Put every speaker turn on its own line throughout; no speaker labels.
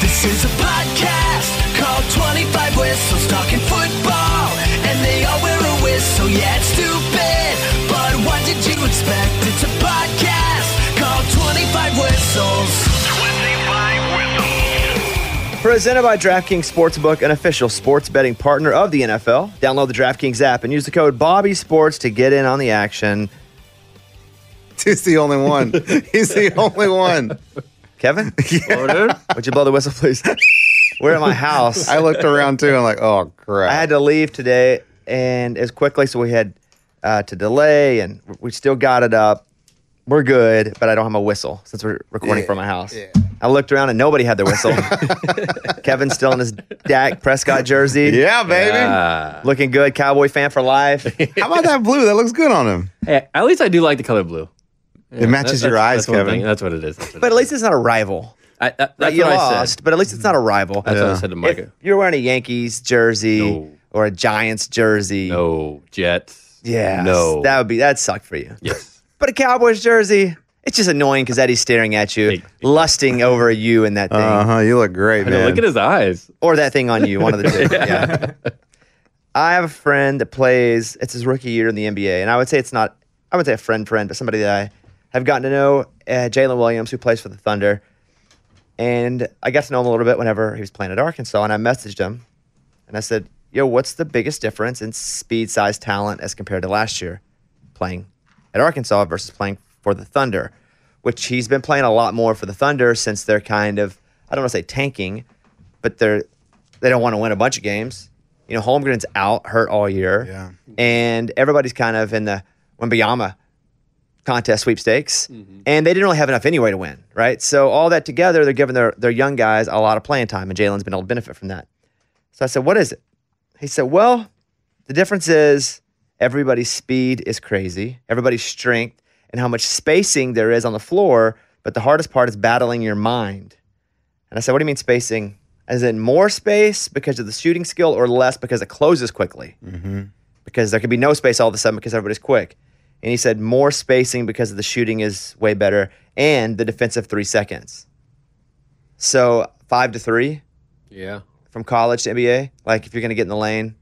This is a podcast called 25 Whistles Talking Football. And they all wear a whistle, yeah, it's stupid. But what did you expect? It's a podcast called 25 Whistles.
Presented by DraftKings Sportsbook, an official sports betting partner of the NFL. Download the DraftKings app and use the code Bobby Sports to get in on the action.
He's the only one. He's the only one.
Kevin, would you blow the whistle, please? We're at my house.
I
I,
looked around too. I'm like, oh crap.
had to leave today, and as quickly, so we had uh, to delay, and we still got it up. We're good, but I don't have my whistle since we're recording from my house. I looked around and nobody had their whistle. Kevin's still in his Dak Prescott jersey. Uh,
yeah, baby.
Looking good. Cowboy fan for life.
How about that blue? That looks good on him.
Hey, at least I do like the color blue.
it matches
That-
your
that's-
eyes,
that's one
Kevin.
thing. That's what it is. That's what
But
it
at least it's not a rival.
is. I, that, that's
you
what I
lost,
said.
but at least it's not a rival.
That's what I
Yeah.
said to
If
Micah.
you're wearing a Yankees jersey
No.
or a Giants jersey,
No Jets.
yeah,
No.
that would be that suck for you.
yes.
But a Cowboys jersey, it's just annoying because Eddie's staring at you,
Hey.
lusting over you and that thing,
Uh-huh.
Uh huh. You look great,
I know,
man.
look at his eyes.
or that thing on you, one of the two. yeah. I have a friend that plays. It's his rookie year in the NBA, and I would say it's not. I would say a friend, friend, but somebody that I have gotten to know, uh, Jalen Williams, who plays for the Thunder, and I got to know him a little bit whenever he was playing at Arkansas, and I messaged him, and I said, "Yo, what's the biggest difference in speed, size, talent as compared to last year playing at Arkansas versus playing for the Thunder?" Which he's been playing a lot more for the Thunder since they're kind of I don't want to say tanking, but they're they don't want to win a bunch of games. You know, Holmgren's out, hurt all year,
Yeah.
and everybody's kind of in the Wimbyama contest sweepstakes, and they didn't really have enough anyway to win, right? So all that together, they're giving their, their young guys a lot of playing time, and Jalen's been able to benefit from that. So I said, "What is it?" He said, "Well, the difference is everybody's speed is crazy, everybody's strength, and how much spacing there is on the floor. But the hardest part is battling your mind." And I said, "What do you mean spacing? As in more space because of the shooting skill, or less because it closes quickly?" because there could be no space all of a sudden because everybody's quick. And he said more spacing because of the shooting is way better and the defensive three seconds. So five to three
Yeah.
from college to NBA. Like if you're going to get in the lane,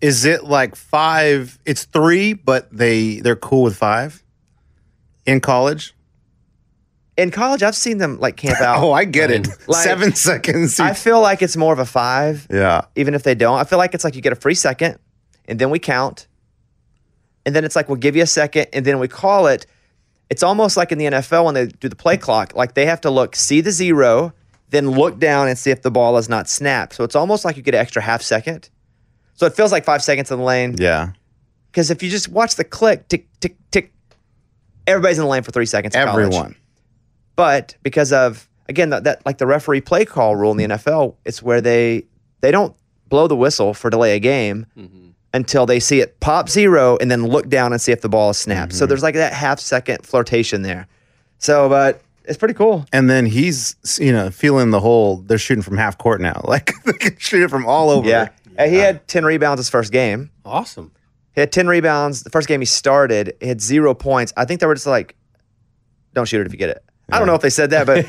Is it like five? It's three, but they they're cool with five in college.
in college, I've seen them like camp out.
Oh, I get it.
Like-
Seven seconds.
I feel like it's more of a five,
yeah.
even if they don't. I feel like it's like you get a free second and then we count. And then it's like we'll give you a second and then we call it. It's almost like in the NFL when they do the play clock, like they have to look, see the zero, then look down and see if the ball is not snapped. So it's almost like you get an extra half second. So it feels like five seconds in the lane.
Yeah.
Because if you just watch the click, tick, tick, tick, everybody's in the lane for three seconds. in college.
Everyone.
But because of, again, that, that like the referee play call rule in the NFL, it's where they they don't blow the whistle for delay a game until they see it pop zero and then look down and see if the ball is snapped. So there's like that half second flirtation there. So, but it's pretty cool.
And then he's you know feeling the whole. They're shooting from half court now. Like they can shoot it from all over.
Yeah. And he had 10 rebounds his first game.
Awesome.
He had 10 rebounds. The first game he started, he had zero points. I think they were just like, don't shoot it if you get it. I don't know if they said that, but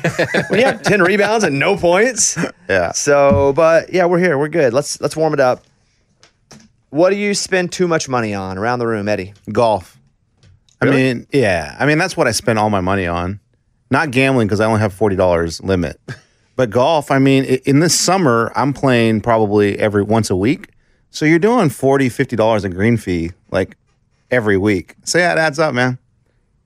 when you have 10 rebounds and no points.
Yeah.
So, but yeah, we're here. We're good. Let's let's warm it up. What do you spend too much money on around the room, Eddie?
Golf. I mean, yeah. I mean, that's what I spend all my money on. Not gambling because I only have forty dollars limit. But golf, I mean, i- in this summer, I'm playing probably every once a week. So you're doing 40 dollars in green fee like every week. So yeah, it adds up, man.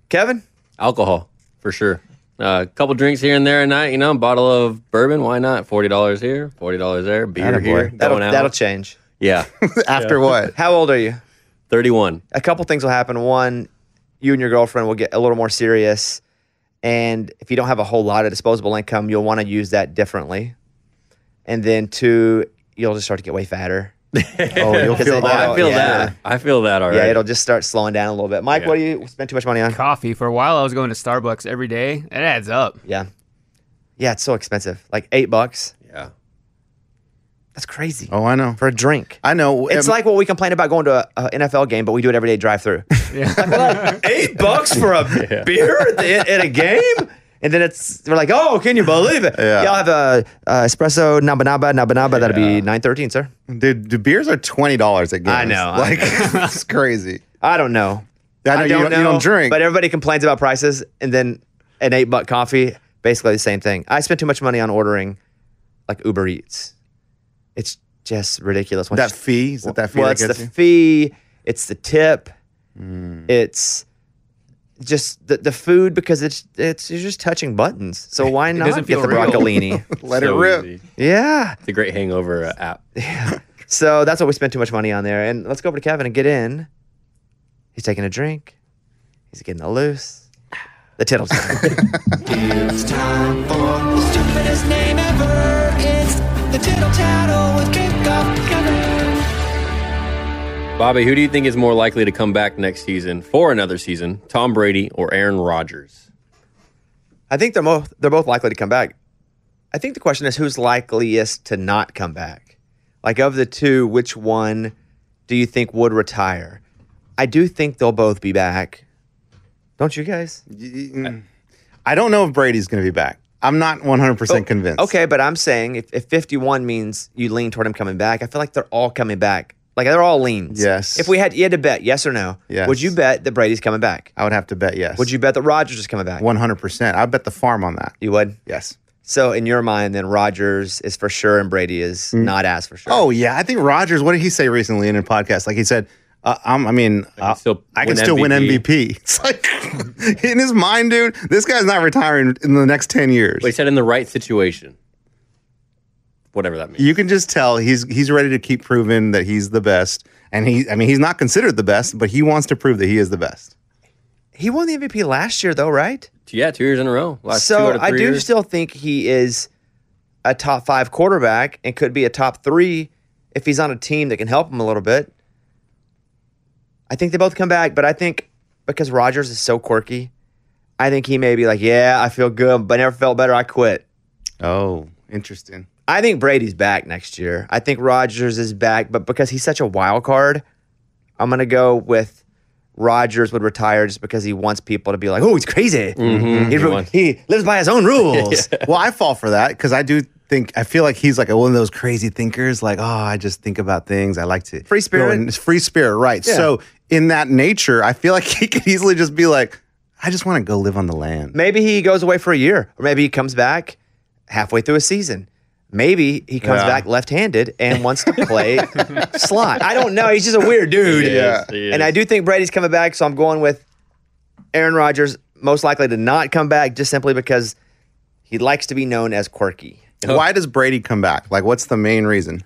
Kevin?
Alcohol for sure. A couple drinks here and there a night. You know, bottle of bourbon. Why not? Forty dollars here, forty dollars there. Beer
Attaboy.
here.
That'll
going out.
that'll change.
yeah.
After what?
How old are you?
Thirty-one.
A couple things will happen. One, you and your girlfriend will get a little more serious. And if you don't have a whole lot of disposable income, you'll want to use that differently. And then two, you'll just start to get way fatter.
Oh, you'll
they
feel that.
don't-
I feel
yeah.
that. I feel that already.
Yeah, it'll just start slowing down a little bit. Mike,
Yeah.
what do you spend too much money on?
coffee. For a while, I was going to Starbucks every day. It adds up.
Yeah. Yeah, it's so expensive. Like eight bucks.
yeah.
That's crazy.
Oh, I know.
For a drink.
I know.
It's
Um,
like what we complain about going to an NFL game, but we do it every day drive through.
Yeah.
Eight bucks for a beer at, the, at a game? And then it's we're like, oh, can you believe it?
Yeah.
Y'all have a uh, espresso naba naba naba naba. That'll be nine thirteen, sir.
Dude, the beers are twenty dollars at games.
I know, I
Like it's crazy.
I don't know.
I know you don't- you don't drink.
But everybody complains about prices, and then an eight buck coffee, basically the same thing. I spent too much money on ordering like Uber Eats. It's just ridiculous. Once
That
you-
fee is that, that fee
well,
that
it's the
gets you? Hmm.
fee, it's the tip, it's just the, the food because it's it's you're just touching buttons. So why not
doesn't
get the
feel real.
broccolini?
Let it
So
rip.
easy.
yeah.
It's a great hangover uh, app.
So that's what we spent too much money on there. And let's go over to Kevin and get in. He's taking a drink. He's getting a loose. The tittles.
It's time for the stupidest name ever. It's the Tittle Tattle with Kickoff Gunner.
Bobby, who do you think is more likely to come back next season for another season, Tom Brady or Aaron Rodgers?
I think they're both they're both likely to come back. I think the question is who's likeliest to not come back. Like of the two, which one do you think would retire? I do think they'll both be back. Don't you guys?
I don't know if Brady's going to be back. I'm not 100 percent convinced.
Oh, Okay, but I'm saying if, if 51 means you lean toward him coming back, I feel like they're all coming back. Like they're all leans.
Yes.
If we had you had to bet yes or no,
Yes.
would you bet that Brady's coming back?
I would have to bet yes.
Would you bet that Rogers is coming back?
100. percent I bet the farm on that.
You would.
Yes.
So in your mind, then Rogers is for sure and Brady is not as for sure.
Oh yeah, I think Rogers. What did he say recently in a podcast? Like he said, uh, I'm, I mean, uh,
still
I can
win
still win
MVP.
MVP. It's like in his mind, dude. This guy's not retiring in the next 10 years.
But he said in the right situation. Whatever that means.
you can just tell he's he's ready to keep proving that he's the best. And he, I mean, he's not considered the best, but he wants to prove that he is the best.
He won the MVP last year, though, right?
Yeah, two years in a row. Last two out
so
of
I
three
do
years.
still think he is a top five quarterback and could be a top three if he's on a team that can help him a little bit. I think they both come back, but I think because Rogers is so quirky, I think he may be like, yeah, I feel good, but I never felt better. I quit.
Oh, interesting.
I think Brady's back next year. I think Rodgers is back, but because he's such a wild card, I'm gonna go with Rodgers would retire just because he wants people to be like, "Oh, he's crazy. He,
Mm-hmm. He wants-
he lives by his own rules."
well, I fall for that because I do think I feel like he's like one of those crazy thinkers. Like, oh, I just think about things. I like to
Free spirit.
go and- free spirit, right?
Yeah.
So in that nature, I feel like he could easily just be like, I just want to go live on the land.
Maybe he goes away for a year, or maybe he comes back halfway through a season. Maybe he comes
Yeah.
back left-handed and wants to play slot. I don't know. He's just a weird dude.
He is, Yeah. he
And I
is.
do think Brady's coming back, so I'm going with Aaron Rodgers most likely to not come back just simply because he likes to be known as quirky.
Why does Brady come back? Like, what's the main reason? He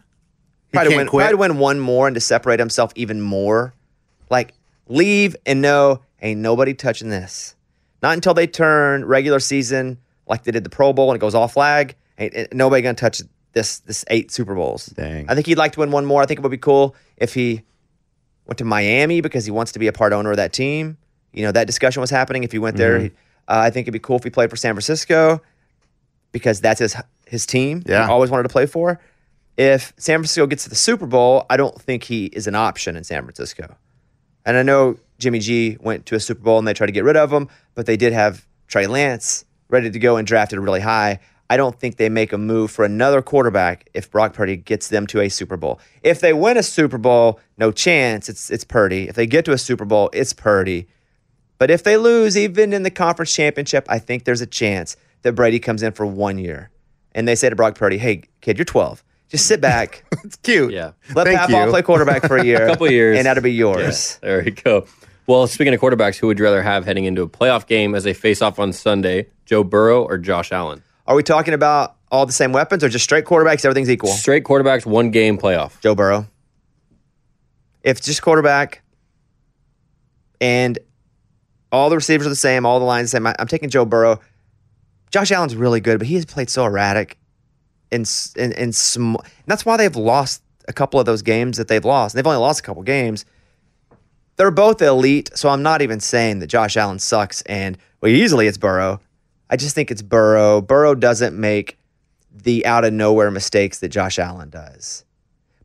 Probably
can't
win,
quit?
probably win one more and to separate himself even more. Like leave and no, ain't nobody touching this. Not until they turn regular season like they did the Pro Bowl and it goes all flag. Ain't, ain't nobody gonna touch this this eight Super Bowls.
Dang.
I think he'd like to win one more. I think it would be cool if he went to Miami because he wants to be a part owner of that team. You know that discussion was happening. If he went there, he- uh, I think it'd be cool if he played for San Francisco because that's his his team.
Yeah.
he always wanted to play for. If San Francisco gets to the Super Bowl, I don't think he is an option in San Francisco. And I know Jimmy G went to a Super Bowl and they tried to get rid of him, but they did have Trey Lance ready to go and drafted really high. I don't think they make a move for another quarterback if Brock Purdy gets them to a Super Bowl. If they win a Super Bowl, no chance. It's it's Purdy. If they get to a Super Bowl, it's Purdy. But if they lose, even in the conference championship, I think there's a chance that Brady comes in for one year. And they say to Brock Purdy, hey, kid, you're 12. Just sit back.
It's cute.
Yeah.
Let
Thank
Papaw
you.
play quarterback for a year.
Couple years.
And that'll be yours.
There we go. Well, speaking of quarterbacks, who would you rather have heading into a playoff game as they face off on Sunday, Joe Burrow or Josh Allen?
Are we talking about all the same weapons or just straight quarterbacks? Everything's equal.
Straight quarterbacks, one game playoff.
Joe Burrow. If just quarterback and all the receivers are the same, all the lines the same, I, I'm taking Joe Burrow. Josh Allen's really good, but he has played so erratic and s- and and, sm- and that's why they've lost a couple of those games that they've lost. And they've only lost a couple games. They're both elite, so I'm not even saying that Josh Allen sucks and well easily it's Burrow. I just think it's Burrow. Burrow doesn't make the out of nowhere mistakes that Josh Allen does.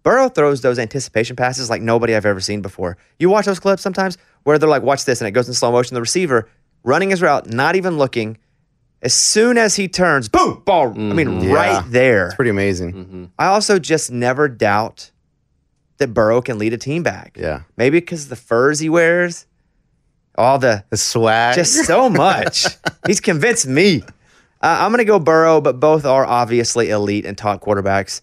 Burrow throws those anticipation passes like nobody I've ever seen before. You watch those clips sometimes where they're like, watch this, and it goes in slow motion. The receiver running his route, not even looking, As soon as he turns, boom, ball. I mean, right there.
It's pretty amazing.
I also just never doubt that Burrow can lead a team back.
Yeah.
Maybe because the furs he wears, all the
The swag.
just so much. He's convinced me. Uh, I'm going to go Burrow, but both are obviously elite and top quarterbacks.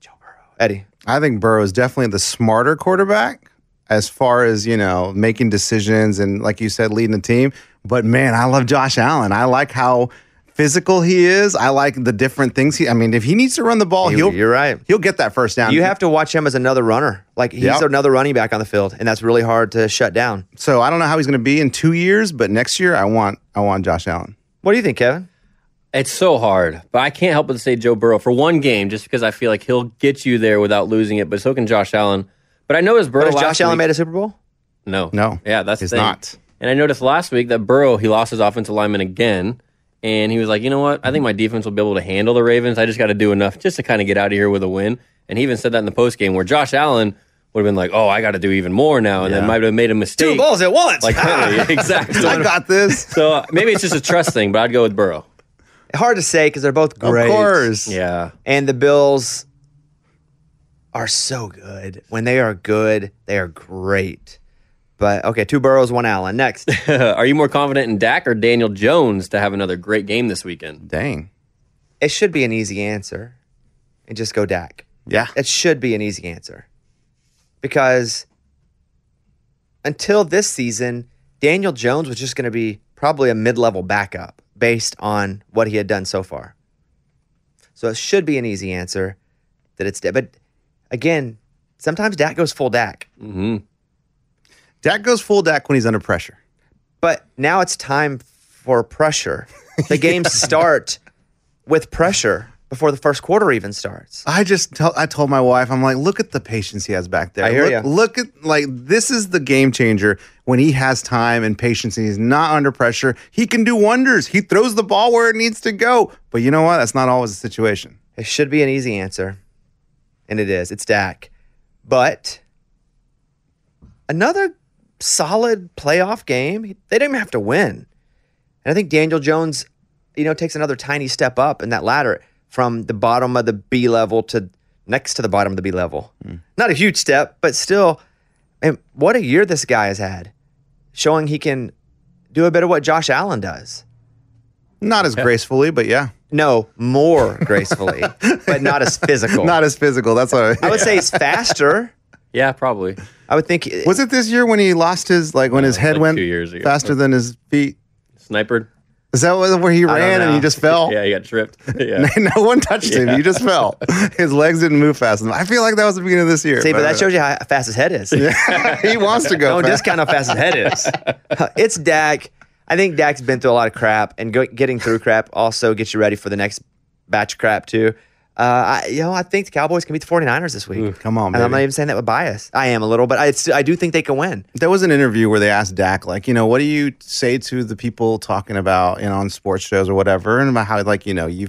Joe Burrow, Eddie.
I think Burrow is definitely the smarter quarterback as far as, you know, making decisions and, like you said, leading the team. But man, I love Josh Allen. I like how physical he is. I like the different things he, I mean, if he needs to run the ball,
You,
Oh, he'll,
you're right.
he'll get that first down.
You have to watch him as another runner. Like he's
Yep.
another running back on the field, and that's really hard to shut down.
so I don't know how he's going to be in two years, but next year I want, I want Josh Allen.
What do you think, Kevin?
It's so hard, but I can't help but say Joe Burrow for one game, just because I feel like he'll get you there without losing it. But so can Josh Allen. But I noticed Burrow.
Has
last
Josh Allen
week-
made a Super Bowl?
No,
No,
Yeah, that's the
he's
thing.
not.
And I noticed last week that Burrow he lost his offensive lineman again, and he was like, you know what? I think my defense will be able to handle the Ravens. I just got to do enough just to kind of get out of here with a win. And he even said that in the post game where Josh Allen would have been like, oh, I got to do even more now, and then might have made a mistake.
Two balls at once.
like exactly.
I got this.
so uh, maybe it's just a trust thing, but I'd go with Burrow.
hard to say because they're both great.
Of course.
Yeah.
And the Bills are so good. When they are good, they are great. But okay, two Burrows, one Allen. Next,
Are you more confident in Dak or Daniel Jones to have another great game this weekend?
Dang.
it should be an easy answer, and just go Dak.
Yeah.
It should be an easy answer because until this season, Daniel Jones was just going to be probably a mid level backup based on what he had done so far. So it should be an easy answer that it's Dak. But again, sometimes Dak goes full Dak.
Dak goes full Dak when he's under pressure.
But now it's time for pressure. The games start with pressure before the first quarter even starts.
I just tell I told my wife, I'm like, look at the patience he has back there.
I hear
look,
ya.
look at like this is the game changer when he has time and patience and he's not under pressure. He can do wonders. He throws the ball where it needs to go. But you know what? That's not always the situation.
It should be an easy answer. And it is. It's Dak. But another solid playoff game. They didn't even have to win. And I think Daniel Jones, you know, takes another tiny step up in that ladder from the bottom of the B level to next to the bottom of the B level. Not a huge step, but still, and what a year this guy has had, showing he can do a bit of what Josh Allen does.
Not as gracefully, but yeah.
No, more gracefully, but not as physical.
Not as physical. That's what I,
I would say he's faster.
Yeah, probably.
I would think.
Was it this year when he lost his like when his head
like
went
two years ago.
faster than his feet?
Sniper.
Is that where he ran and
know.
he just fell?
Yeah, you got tripped. Yeah.
no one touched him. He just fell. His legs didn't move fast enough. I feel like that was the beginning of this year.
See, but that shows you how fast his head is.
he wants to Uh, go.
Don't
fast.
discount how fast his head is. it's Dak. I think Dak's been through a lot of crap, and go, getting through crap also gets you ready for the next batch of crap too. Uh, I, you know, I think the Cowboys can beat the 49ers this week.
Mm, come on,
and I'm
baby.
not even saying that with bias. I am a little, but I, it's- I do think they can win.
there was an interview where they asked Dak, like, you know, what do you say to the people talking about, you know, on sports shows or whatever, and about how, like, you know, you,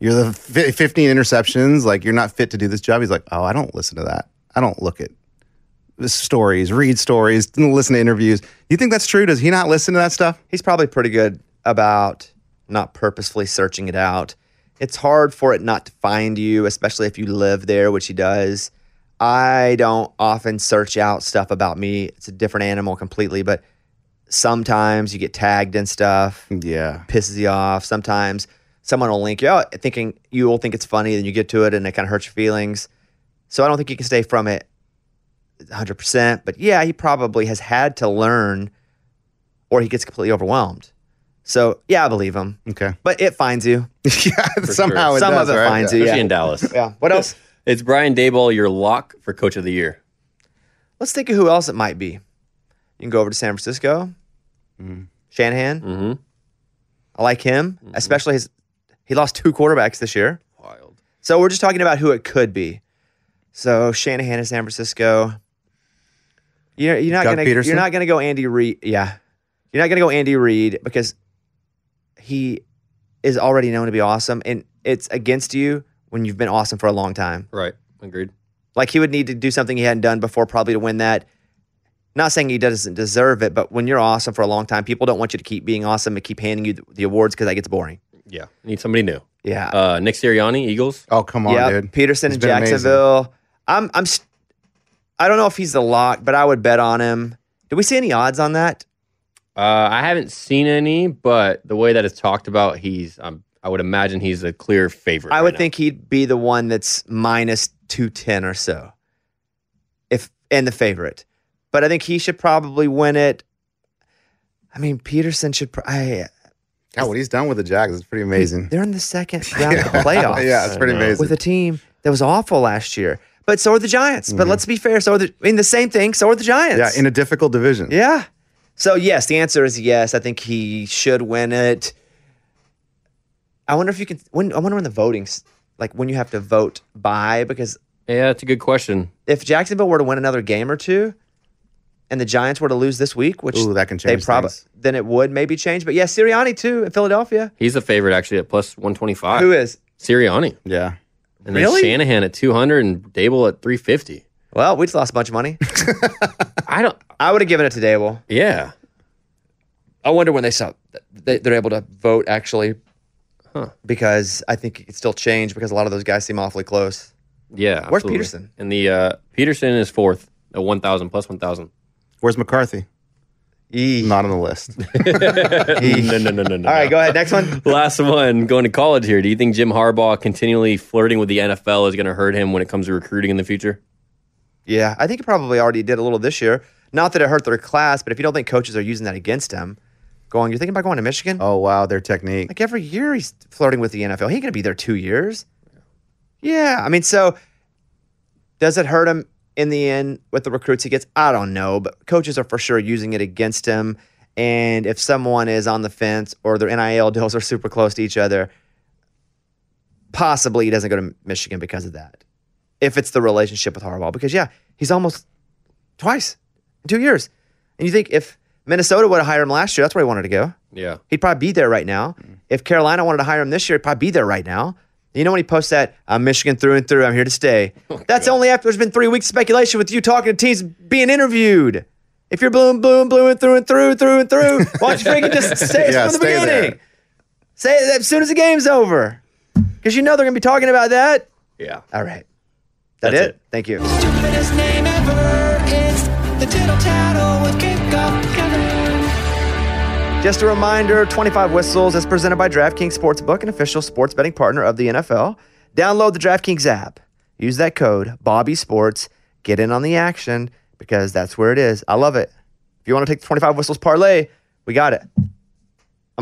you're the fi 15 interceptions, like, you're not fit to do this job. He's like, oh, I don't listen to that. I don't look at the stories, read stories, listen to interviews. You think that's true? Does he not listen to that stuff?
He's probably pretty good about not purposefully searching it out. It's hard for it not to find you, especially if you live there, which he does. I don't often search out stuff about me. It's a different animal completely, but sometimes you get tagged and stuff,
Yeah.
pisses you off. Sometimes someone will link you out thinking you will think it's funny, then you get to it and it kind of hurts your feelings. So I don't think you can stay from it 100%. But yeah, he probably has had to learn or he gets completely overwhelmed. So yeah, I believe him.
Okay.
But it finds you.
yeah. Somehow Oh, it
Some
does,
of it
right?
finds
Yeah.
you.
Especially
Yeah.
in Dallas.
yeah. What else?
It's Brian Dayball, your lock for coach of the year.
Let's think of who else it might be. You can go over to San Francisco. Shanahan. Mm-hmm. I like him,
Mm-hmm.
especially his. He lost two quarterbacks this year.
Wild.
So we're just talking about who it could be. So Shanahan in San Francisco. You're, you're not
Doug
gonna
Peterson?
you're not gonna go Andy Reid. Yeah, you're not gonna go Andy Reid because he is already known to be awesome, and it's against you when you've been awesome for a long time.
Right. Agreed.
Like he would need to do something he hadn't done before, probably to win that. Not saying he doesn't deserve it, but when you're awesome for a long time, people don't want you to keep being awesome and keep handing you the, the awards because that gets boring.
Yeah, need somebody new.
Yeah.
Uh, Nick Sirianni, Eagles.
Oh, come on,
yeah,
dude.
Peterson
It's
in
been amazing.
Jacksonville. I'm I'm st- I don't know if he's the lock, but I would bet on him. Do we see any odds on that?
Uh, I haven't seen any, but the way that it's talked about, he's um, I would imagine he's a clear favorite.
I
right
would
now.
think he'd be the one that's minus 210 or so. If and the favorite. But I think he should probably win it. I mean, Peterson should pr- I,
God, what he's done with the Jags is pretty amazing.
they're in the second round of the playoffs.
yeah, it's pretty
I know.
amazing.
with a team that was awful last year. But so are the Giants. But let's be fair, so are the in the same thing, so are the
Mm-hmm. yeah,
Giants.
in a difficult division.
Yeah. So yes, the answer is yes. I think he should win it. I wonder if you can. When I wonder when the voting's like when you have to vote by because
Yeah, that's a good question.
if Jacksonville were to win another game or two, and the Giants were to lose this week, which
Ooh, that can
they
change
probably
things.
then it would maybe change. But yeah, Sirianni too in Philadelphia.
He's the favorite actually at plus one twenty five.
Who is?
Sirianni?
Yeah.
And
Really?
then Shanahan at two hundred and Dable at three fifty.
Well, we just lost a bunch of money.
I don't.
I would have given it to Dable.
Yeah,
I wonder when they saw they, they're able to vote actually, because I think it could still change because a lot of those guys seem awfully close.
yeah.
Where's
absolutely.
Peterson?
And the uh, Peterson is fourth at one thousand plus one thousand.
Where's McCarthy?
Eesh.
Not on the list.
no, no, no, no, no.
All right, go ahead. Next one.
Last one, going to college here. Do you think Jim Harbaugh continually flirting with the NFL is going to hurt him when it comes to recruiting in the future?
Yeah, I think he probably already did a little this year. Not that it hurt their class, but if you don't think coaches are using that against him, going, you're thinking about going to Michigan?
oh wow, their technique.
Like every year he's flirting with the NFL. He ain't gonna be there two years. Yeah, I mean, so does it hurt him in the end with the recruits he gets? I don't know, but coaches are for sure using it against him. And if someone is on the fence or their NIL deals are super close to each other, possibly he doesn't go to Michigan because of that. If it's the relationship with Harbaugh, because yeah, he's almost twice in two years. And you think if Minnesota would have hired him last year, that's where he wanted to go.
Yeah.
He'd probably be there right now. If Carolina wanted to hire him this year, he'd probably be there right now. You know when he posts that, I'm Michigan through and through, I'm here to stay. That's only after there's been three weeks of speculation with you talking to teams being interviewed. If you're blue and blue and blue and through and through, through and through, why don't you freaking just say it
Yeah,
from the
stay there.
beginning? Say it as soon as the game's over. Because you know they're gonna be talking about that.
Yeah.
All right. That
That's
it?
it.
Thank you.
Stupidest name ever. It's the tittle tattle with Kick Up Kevin.
Just a reminder 25 Whistles is presented by DraftKings Sportsbook, an official sports betting partner of the NFL. Download the DraftKings app. Use that code Bobby Sports. Get in on the action because that's where it is. I love it. If you want to take the 25 Whistles parlay, we got it. I'm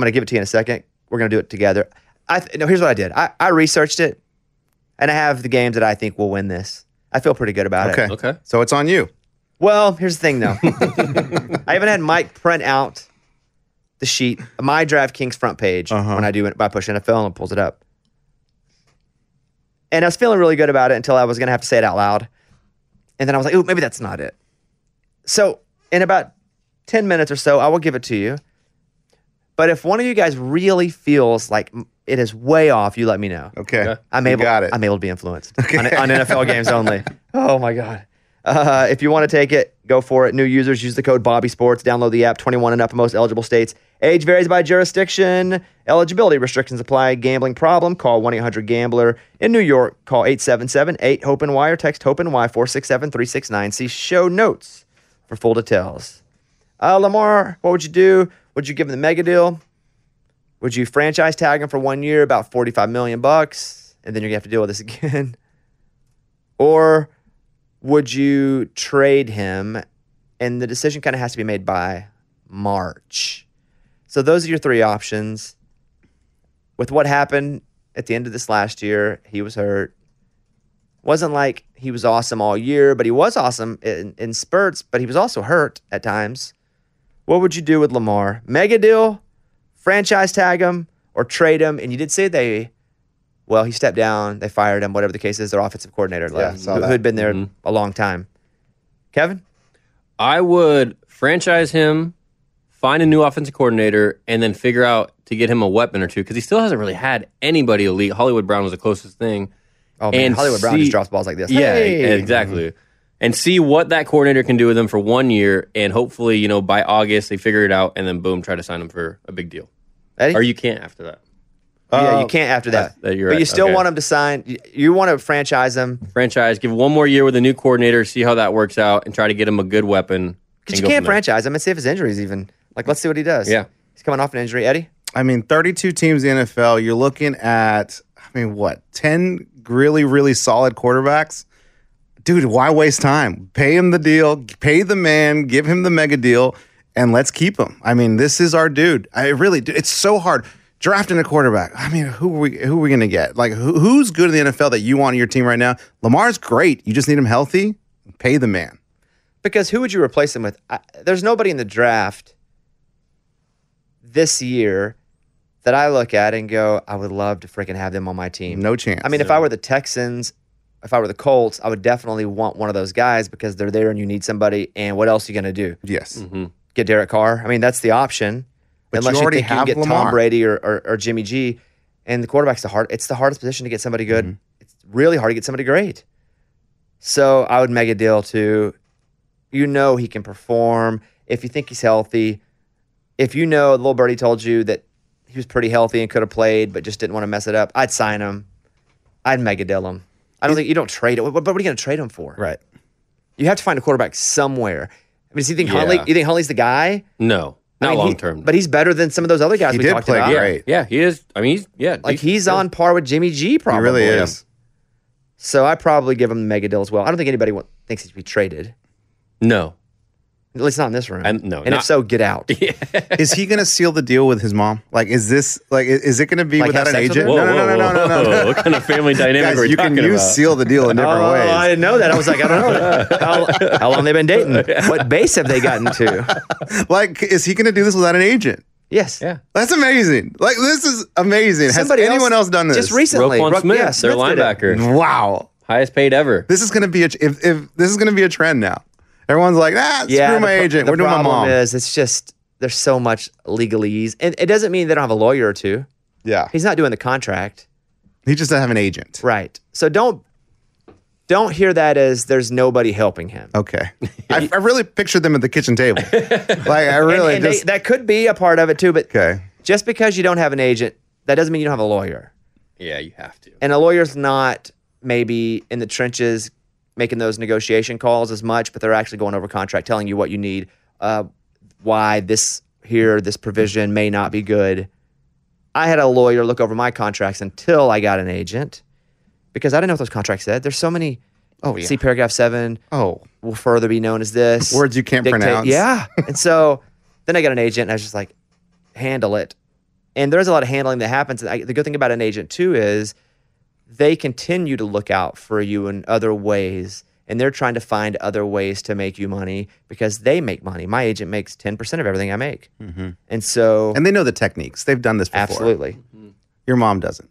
going to give it to you in a second. We're going to do it together. I th- no, here's what I did I, I researched it and I have the games that I think will win this. I feel pretty good about it.
Okay.
Okay.
So it's on you.
Well, here's the thing though. I even had Mike print out the sheet, my DraftKings front page when I do it by push NFL and it pulls it up. And I was feeling really good about it until I was gonna have to say it out loud. And then I was like, ooh, maybe that's not it. So in about 10 minutes or so, I will give it to you. But if one of you guys really feels like it is way off, you let me know.
Okay.
I'm
You
able.
Got it.
I'm able to be influenced on, on NFL games only. Oh my god! Uh, if you want to take it, go for it. New users use the code Bobby Sports. Download the app. 21 and up in most eligible states. Age varies by jurisdiction. Eligibility restrictions apply. Gambling problem? Call 1-800-GAMBLER. In New York, call 877-8-HOPE-NY or text HOPE-NY 467-369. See show notes for full details. Uh, Lamar, what would you do? Would you give him the mega deal? Would you franchise tag him for one year, about forty-five million bucks, and then you're gonna have to deal with this again? or would you trade him? And the decision kind of has to be made by March. So those are your three options. With what happened at the end of this last year, he was hurt. Wasn't like he was awesome all year, but he was awesome in, in spurts, but he was also hurt at times. What would you do with Lamar? Mega deal? franchise tag him or trade him. And you did say they, well, he stepped down, they fired him, whatever the case is. Their offensive coordinator left,
saw
who,
that. Mm-hmm.
had been there a long time. Kevin,
I would franchise him, find a new offensive coordinator, and then figure out to get him a weapon or two because he still hasn't really had anybody elite. Hollywood Brown was the closest thing.
oh man,
And
Hollywood Brown just
see-
drops balls like this.
Yeah,
Hey!
exactly. and see what that coordinator can do with them for one year, and hopefully, you know, by August they figure it out, and then boom, try to sign them for a big deal,
Eddie?
or you can't after that.
yeah,
Uh,
you can't after that.
that- you're
but you
right,
still
okay.
want them to sign. You, you want to franchise them
Franchise, give one more year with a new coordinator, see how that works out, and try to get him a good weapon. and
because you
go
can't
from there.
franchise him and see if his injuries even. Like, let's see what he does.
Yeah.
he's coming off an injury. Eddie,
I mean, 32 teams in the NFL, you're looking at, I mean, what, 10 really, really solid quarterbacks? Dude, why waste time? Pay him the deal, pay the man, give him the mega deal, and let's keep him. I mean, this is our dude. I really do. It's so hard. Drafting a quarterback. I mean, who are we who are we gonna get? Like who, who's good in the NFL that you want on your team right now? Lamar's great. You just need him healthy. Pay the man.
because who would you replace him with? I, there's nobody in the draft this year that I look at and go, I would love to freaking have them on my team.
No chance.
I mean, if I were the Texans, if I were the Colts, I would definitely want one of those guys because they're there and you need somebody. And what else are you going to do?
yes.
Get Derek Carr? I mean, that's the option.
But
Unless
you
you,
already
think you can
have
get Tom
Lamar.
Brady or, or, or Jimmy G. And the quarterback's the hard. It's the hardest position to get somebody good.
Mm-hmm.
It's really hard to get somebody great. So I would make a deal to, you know, he can perform if you think he's healthy. If you know, little birdie told you that he was pretty healthy and could have played, but just didn't want to mess it up. I'd sign him. I'd mega deal him. I don't think you don't trade it. What, what are you going to trade him for?
Right.
You have to find a quarterback somewhere. I mean, does he think Huntley?
Yeah.
You think Huntley's the guy?
No,
I mean,
not
he-
long term.
but he's better than some of those other guys
He
we
did
talked
play
about.
yeah,
great.
yeah, he is. I mean, he's yeah,
Like he's on par with Jimmy G,
He
probably.
really is.
So I probably give him the mega deal as well. I don't think anybody wa- thinks he should be traded.
no.
At least not in this room.
I'm- no,
and if
not-
so, get out.
is he going to seal the deal with his mom? Like, is this like is, is it going to be
Like
without
have
an
sex with
agent?
her?
No, no, no, no, no, no, no.
What kind of family dynamic
Guys,
are we
you
talking
can use
about?
seal the deal in different
Oh,
ways.
I didn't know that. I was like, I don't know. how, how long they been dating? What base have they gotten to?
Like, is he going to do this without an agent?
Yes.
Yeah.
That's amazing. Like, this is amazing.
Somebody
Has anyone else, done this?
Just recently.
Roquan
Ro-
Smith,
yeah,
their
Smith did it.
linebacker,
Wow,
highest paid ever.
this is going to be a if, if this is going to be a trend now. Everyone's like, ah, screw my
the pro-
agent.
The
We're doing my
problem
mom.
Is it's just there's so much legalese, and it doesn't mean they don't have a lawyer or two.
yeah,
He's not doing the contract,
he just doesn't have an agent.
right? So don't don't hear that as there's nobody helping him.
Okay, I, I really pictured them at the kitchen table. like, I
And-
really
and,
just
they, that could be a part of it too. But
okay.
just because you don't have an agent, that doesn't mean you don't have a lawyer.
Yeah, you have to.
And a lawyer's not maybe in the trenches making those negotiation calls as much, but they're actually going over contract, telling you what you need, uh, why this here, this provision may not be good. I had a lawyer look over my contracts until I got an agent because I didn't know what those contracts said. There's so many. Oh, See paragraph seven
Oh,
will further be known as this.
Words you can't pronounce.
Yeah. and so then I got an agent and I was just like, handle it. And there's a lot of handling that happens. And I, the good thing about an agent too is they continue to look out for you in other ways. And they're trying to find other ways to make you money because they make money. My agent makes 10% of everything I make. And so,
Mm-hmm. and they know the techniques. They've done this before.
absolutely.
Your mom doesn't.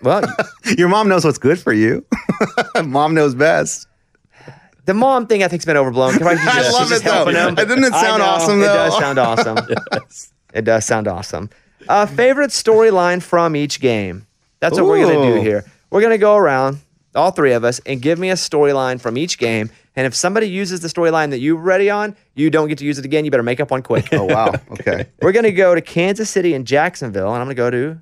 Well,
Your mom knows what's good for you. mom knows best.
the mom thing I think's been overblown. Can I just-
I
she's
love
just
it, though.
helping him.
Doesn't it
I
sound
know,
awesome,
It
though?
does sound awesome. It does sound awesome. Uh, favorite storyline from each game. That's what we're gonna do
Ooh.
here. We're gonna go around, all three of us, and give me a storyline from each game. And if somebody uses the storyline that you were ready on, you don't get to use it again. You better make up one quick.
Oh wow. Okay.
we're gonna go to Kansas City and Jacksonville, and I'm gonna go to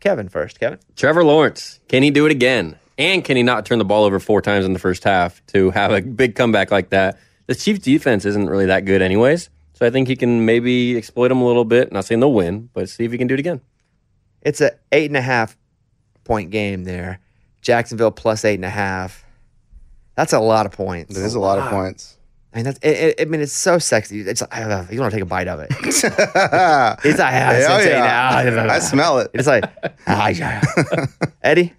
Kevin first. Kevin,
Trevor Lawrence, can he do it again? And can he not turn the ball over four times in the first half to have a big comeback like that? The Chiefs' defense isn't really that good, anyways. So I think he can maybe exploit him a little bit. Not saying they'll win, but see if he can do it again.
it's a eight and a half point game there. Jacksonville plus eight and a half. That's a lot of points.
There's a lot of points.
I mean, that's, it, it, I mean, it's so sexy. It's like, uh, you want to take a bite of it. it's like, ah,
Hell
it's,
yeah. I smell it.
it's like, ah, yeah. Eddie,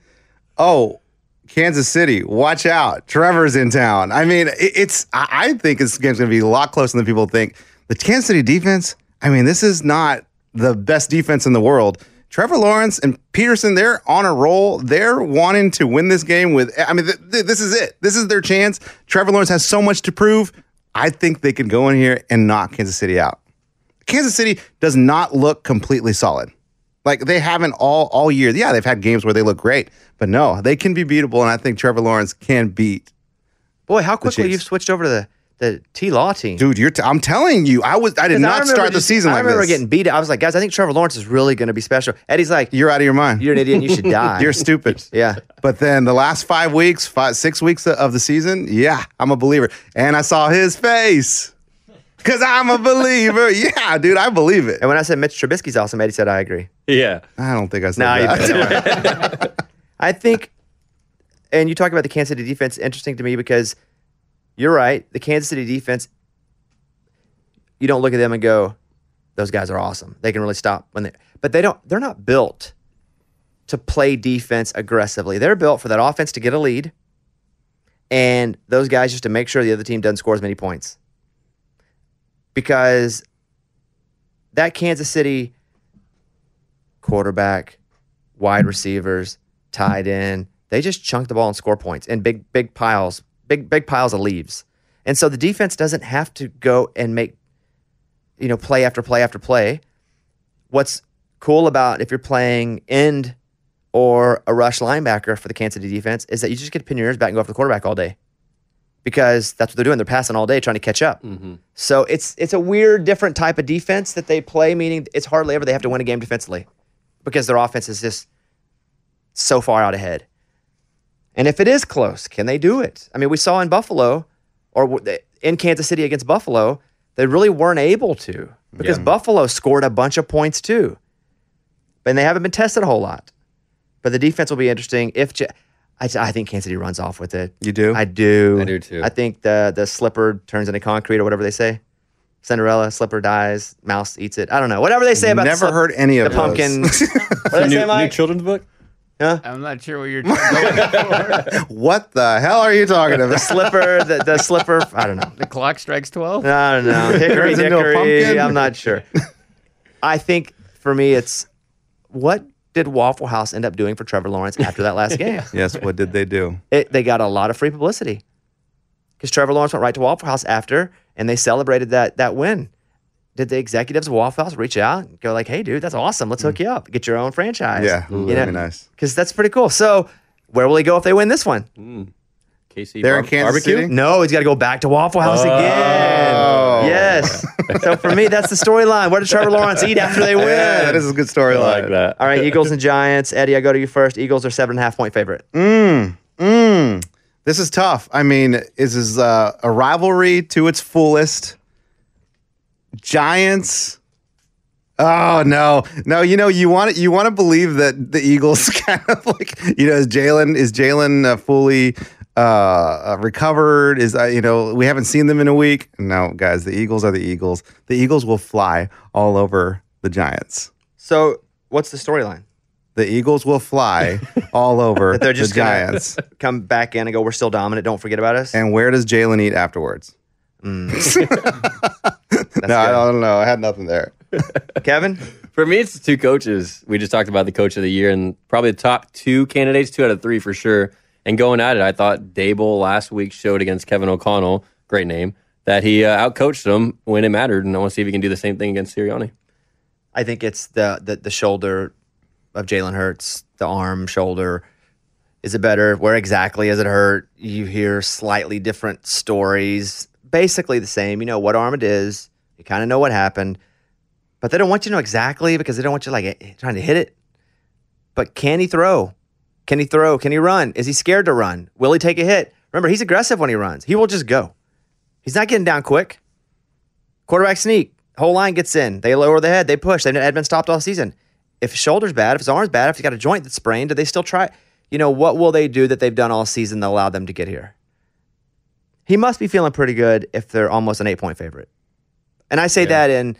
Oh, Kansas City, watch out. Trevor's in town. I mean, it, it's I, I think this game's gonna be a lot closer than people think. The Kansas City defense, I mean, this is not the best defense in the world. Trevor Lawrence and Peterson, they're on a roll. They're wanting to win this game with I mean, th- th- this is it. This is their chance. Trevor Lawrence has so much to prove. I think they can go in here and knock Kansas City out. Kansas City does not look completely solid. Like they haven't all all year. Yeah, they've had games where they look great, but no, they can be beatable. And I think Trevor Lawrence can beat
Boy, how quickly
Chiefs.
you've switched over to the the T Law team.
dude. You're. T- I'm telling you, I was. I did
'Cause I
not
remember
start the
just-
season
I
like
remember
this.
getting beat. up. I was like, guys, I think Trevor Lawrence is really going to be special. Eddie's like,
you're out of your mind.
you're an idiot. and You should die.
You're stupid.
yeah.
But then the last five weeks, five, six weeks of the season, yeah, I'm a believer. And I saw his face because I'm a believer. yeah, dude, I believe it.
And when I said Mitch Trubisky's awesome, Eddie said, I agree.
Yeah.
I don't think I said
Nah, you
that.
I think, and you talk about the Kansas City defense, interesting to me because you're right. The Kansas City defense, you don't look at them and go, those guys are awesome. They can really stop when they, but they don't, they're not built to play defense aggressively. They're built for that offense to get a lead and those guys just to make sure the other team doesn't score as many points. Because that Kansas City quarterback, wide receivers, tied in. They just chunk the ball and score points in big, big piles, big, big piles of leaves. And so the defense doesn't have to go and make, you know, play after play after play. What's cool about if you're playing end or a rush linebacker for the Kansas City defense is that you just get to pin your ears back and go after the quarterback all day. Because that's what they're doing. They're passing all day trying to catch up.
Mm-hmm.
So it's it's a weird, different type of defense that they play, meaning it's hardly ever they have to win a game defensively because their offense is just so far out ahead. And if it is close, can they do it? I mean, we saw in Buffalo or w- the- in Kansas City against Buffalo, they really weren't able to because Buffalo scored a bunch of points too. And they haven't been tested a whole lot. But the defense will be interesting if Ja- I, I think Kansas City runs off with it.
You do?
I do.
I do, too.
I think the the slipper turns into concrete or whatever they say. Cinderella slipper dies, mouse eats it. I don't know. Whatever they say about the
Never
slip-
heard any of
the pumpkin.
those.
what do they say,
New, new
Mike?
children's book?
I'm not sure what you're going
what the hell are you talking
the
about?
slipper, the, the slipper. I don't know.
The clock strikes 12?
I don't know. Hickory
Turns into a pumpkin?
dickory. I'm not sure. I think for me, it's what did Waffle House end up doing for Trevor Lawrence after that last game?
yes, what did they do?
It, they got a lot of free publicity because Trevor Lawrence went right to Waffle House after, and they celebrated that that win. Did the executives of Waffle House reach out and go like, "Hey, dude, that's awesome. Let's hook you up. Get your own franchise."
Yeah,
You
that'd be
know?
nice.
Because that's pretty cool. So, where will he go if they win this one?
Casey.
They're
bar-
in Kansas
barbecue?
City? Oh,
No, he's got to go back to Waffle House again. Yes. So for me, that's the storyline. Where did Trevor Lawrence eat after they win?
Yeah, that is a good
I
storyline.
like that.
All right, Eagles and Giants. Eddie, I go to you first. Eagles are seven and a half point favorite.
Mm, this is tough. I mean, this is uh, a rivalry to its fullest. Giants. Oh no, no! You know you want you want to believe that the Eagles kind of like you know is Jalen is Jalen uh, fully uh, uh, recovered? Is uh, you know we haven't seen them in a week. No, guys, the Eagles are the Eagles. The Eagles will fly all over the Giants.
So what's the storyline?
The Eagles will fly all over
They're just
the
gonna
Giants.
Come back in and go, we're still dominant. Don't forget about us.
And where does Jalen eat afterwards?
That's
no, I
good.
don't know. I had nothing there.
Kevin?
For me, it's the two coaches. We just talked about the coach of the year and probably the top two candidates, two out of three for sure. And going at it, I thought Dable last week showed against Kevin O'Connell, great name, that he uh, outcoached him when it mattered. And I want to see if he can do the same thing against Sirianni.
I think it's the the, the shoulder of Jalen Hurts, the arm, shoulder. Is it better? Where exactly is it hurt? You hear slightly different stories, basically the same. You know what arm it is. You kind of know what happened, but they don't want you to know exactly because they don't want you like eh, trying to hit it. But can he throw? Can he throw? Can he run? Is he scared to run? Will he take a hit? Remember, he's aggressive when he runs. He will just go. He's not getting down quick. Quarterback sneak. Whole line gets in. They lower the head. They push. They had been stopped all season. If his shoulder's bad, if his arm's bad, if he's got a joint that's sprained, do they still try? You know, what will they do that they've done all season that allowed them to get here? He must be feeling pretty good if they're almost an eight point favorite. And I say that in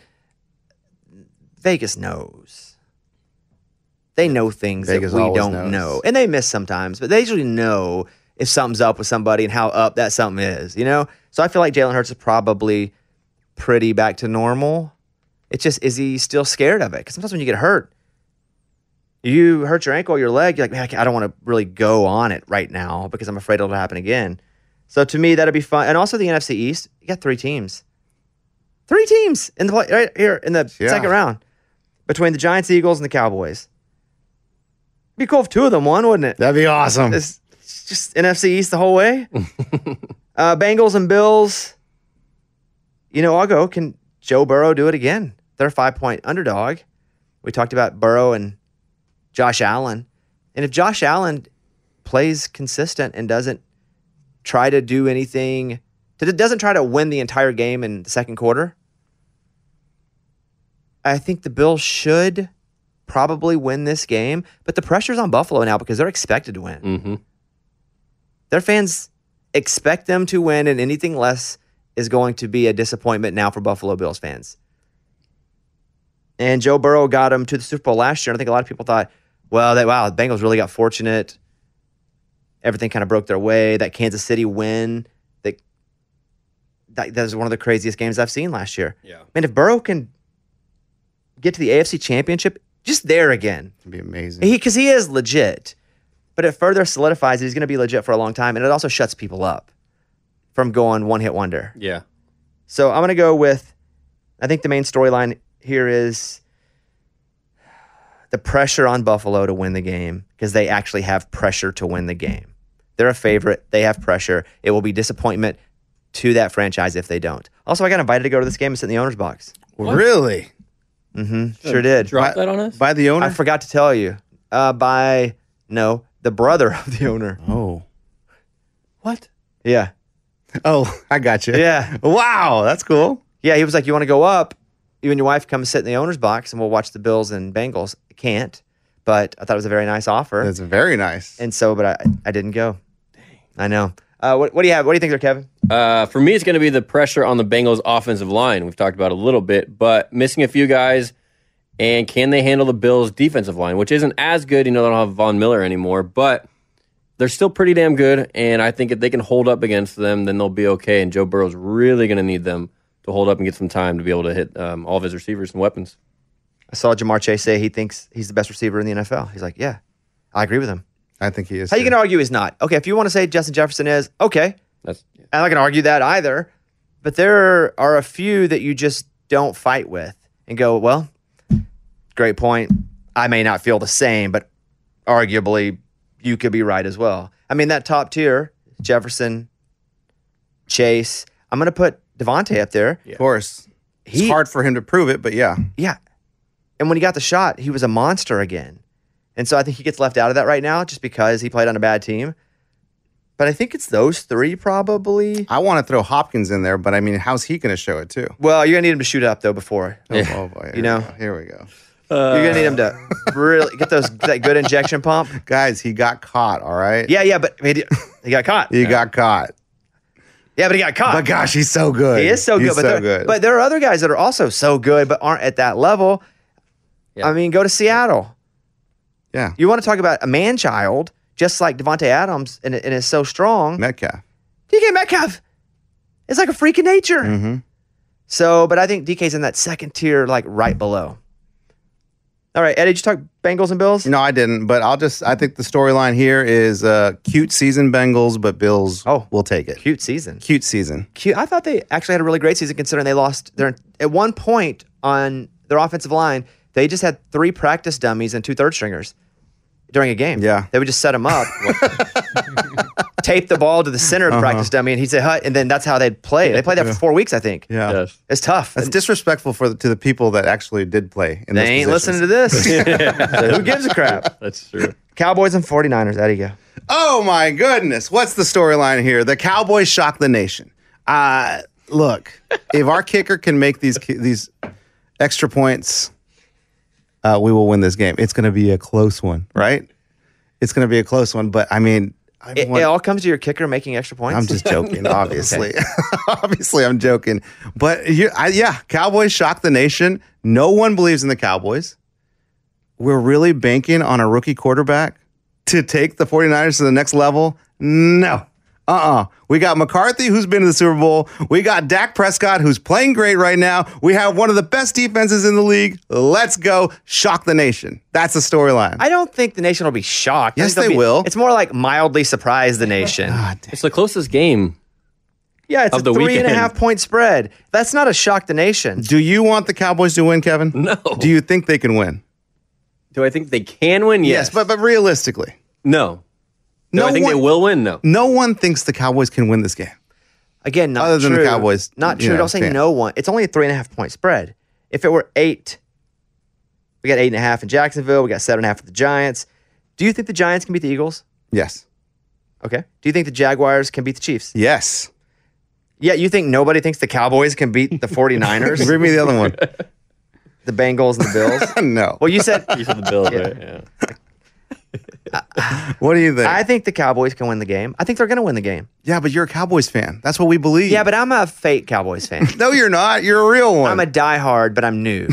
Vegas knows. They know things
Vegas
that we
always
don't
knows.
know. And they miss sometimes, but they usually know if something's up with somebody and how up that something is, you know? So I feel like Jalen Hurts is probably pretty back to normal. It's just, is he still scared of it? Because sometimes when you get hurt, you hurt your ankle or your leg, you're like, man, I can't- I don't want to really go on it right now because I'm afraid it'll happen again. So to me, that'd be fun. And also the NFC East, you got three teams. Three teams in the play, right here in the
Yeah.
second round between the Giants, Eagles, and the Cowboys. It'd be cool if two of them won, wouldn't it?
That'd be awesome.
It's, it's just NFC East the whole way. Uh, Bengals and Bills. You know, I'll go. Can Joe Burrow do it again? They're a five point underdog. We talked about Burrow and Josh Allen. And if Josh Allen plays consistent and doesn't try to do anything, that doesn't try to win the entire game in the second quarter, I think the Bills should probably win this game. But the pressure's on Buffalo now because they're expected to win.
Mm-hmm.
Their fans expect them to win, and anything less is going to be a disappointment now for Buffalo Bills fans. And Joe Burrow got him to the Super Bowl last year. And I think a lot of people thought, well, that wow, the Bengals really got fortunate. Everything kind of broke their way. That Kansas City win, that, that that was one of the craziest games I've seen last year.
Yeah.
Man, if Burrow can get to the AFC Championship, just there again,
It'd be amazing.
he because he is legit, but it further solidifies that he's going to be legit for a long time, and it also shuts people up from going one hit wonder.
Yeah.
So I'm going to go with I think the main storyline here is the pressure on Buffalo to win the game because they actually have pressure to win the game. They're a favorite, they have pressure. It will be disappointment to that franchise if they don't. Also, I got invited to go to this game and sit in the owner's box.
really?
Mm-hmm. Sure did.
Drop that on us.
By the owner?
I forgot to tell you. Uh, by no, the brother of the owner.
oh.
what?
Yeah,
Oh, I got you.
yeah,
Wow, that's cool.
yeah. He was like, "You want to go up? You and your wife come sit in the owner's box, and we'll watch the Bills and Bengals." I can't, but I thought it was a very nice offer,
That's very nice.
and so, but I, I didn't go. I know. Uh, what, what do you have? What do you think there, Kevin?
Uh, for me, it's going to be the pressure on the Bengals' offensive line. We've talked about it a little bit, but missing a few guys, and can they handle the Bills' defensive line, which isn't as good? You know, they don't have Von Miller anymore, but they're still pretty damn good. And I think if they can hold up against them, then they'll be okay. And Joe Burrow's really going to need them to hold up and get some time to be able to hit um, all of his receivers and weapons.
I saw Jamar Chase say he thinks he's the best receiver in the NFL. He's like, "Yeah, I agree with him."
I think he is.
How you
too.
going to argue he's not? Okay, if you want to say Justin Jefferson is okay,
That's
I'm not going to argue that either. But there are a few that you just don't fight with and go, well, great point. I may not feel the same, but arguably you could be right as well. I mean, that top tier, Jefferson, Chase, I'm going to put Devontae up there.
Of course.
He-
it's hard for him to prove it, but yeah.
Yeah. And when he got the shot, he was a monster again. And so I think he gets left out of that right now just because he played on a bad team. But I think it's those three probably.
I want to throw Hopkins in there, but I mean, how's he going to show it too?
Well, you're going to need him to shoot up though before.
Oh, oh, boy. Here
You know.
we go. here we go.
You're gonna need him
Uh.
to really get those that good injection pump.
Guys, he got caught, all right?
Yeah, yeah, but he, he got caught.
He got caught.
Yeah, but he got caught.
But Oh gosh, he's so good.
he is so good.
He's
but,
so
there,
good.
but there are other guys that are also so good, but aren't at that level.
Yeah.
I mean, go to Seattle.
yeah,
You want to talk about a man child, just like Devonte Adams, and, and is so strong.
Metcalf.
DK Metcalf is like a freak of nature.
Mm-hmm.
So, but I think DK's in that second tier, like right below. All right, Eddie, did you talk Bengals and Bills?
No, I didn't. But I'll just. I think the storyline here is uh, cute season Bengals, but Bills.
Oh.
we'll take it.
Cute season.
Cute season.
cute. I thought they actually had a really great season considering they lost their at one point on their offensive line. They just had three practice dummies and two third stringers during a game.
Yeah.
they would just set them up, tape the ball to the center
Uh-huh.
of the practice dummy, and he'd say "hut," and then that's how they'd play. They played that for four weeks, I think.
Yeah,
Yes.
it's tough.
that's disrespectful for the, to the people that actually did play. In
they ain't listening to this. So who gives a crap?
that's true.
Cowboys and 49ers. There you go.
Oh my goodness! What's the storyline here? The Cowboys shock the nation. Uh, look, if our kicker can make these ki- these extra points, uh, we will win this game. It's going to be a close one, right? It's going to be a close one. But I mean, I
It,
want-
it all comes to your kicker making extra points.
I'm just joking, obviously. obviously, I'm joking. But you, I, yeah, Cowboys shock the nation. No one believes in the Cowboys. We're really banking on a rookie quarterback to take the 49ers to the next level. No. Uh uh We got McCarthy, who's been to the Super Bowl. We got Dak Prescott, who's playing great right now. We have one of the best defenses in the league. Let's go. Shock the nation. That's the storyline.
I don't think the nation will be shocked. I
Yes,
think they'll
they
be-
will.
It's more like mildly surprise the nation.
It's the closest game.
Yeah, it's
of
a
the
three and a half
weekend.
point spread. That's not a shock the nation.
Do you want the Cowboys to win, Kevin?
No.
Do you think they can win?
Do I think they can win? Yes,
but but realistically.
no. Do
No
I think
one-
they will win? No.
no one thinks the Cowboys can win this game.
Again, not
Other than
true.
the Cowboys,
Not
you
true.
know,
Don't say
yeah.
no one. It's only a three and a half point spread. If it were eight, we got eight and a half in Jacksonville. We got seven and a half for the Giants. Do you think the Giants can beat the Eagles?
Yes.
Okay. Do you think the Jaguars can beat the Chiefs?
Yes.
Yeah, you think nobody thinks the Cowboys can beat the 49ers,
Bring me the other one.
the Bengals, and the Bills?
no.
Well, you said,
You said the Bills, right? Yeah.
What do you think?
I think the Cowboys can win the game. I think they're going to win the game.
yeah, but you're a Cowboys fan. That's what we believe.
Yeah, but I'm a fake Cowboys fan.
no, you're not. You're a real one.
I'm a diehard, but I'm new.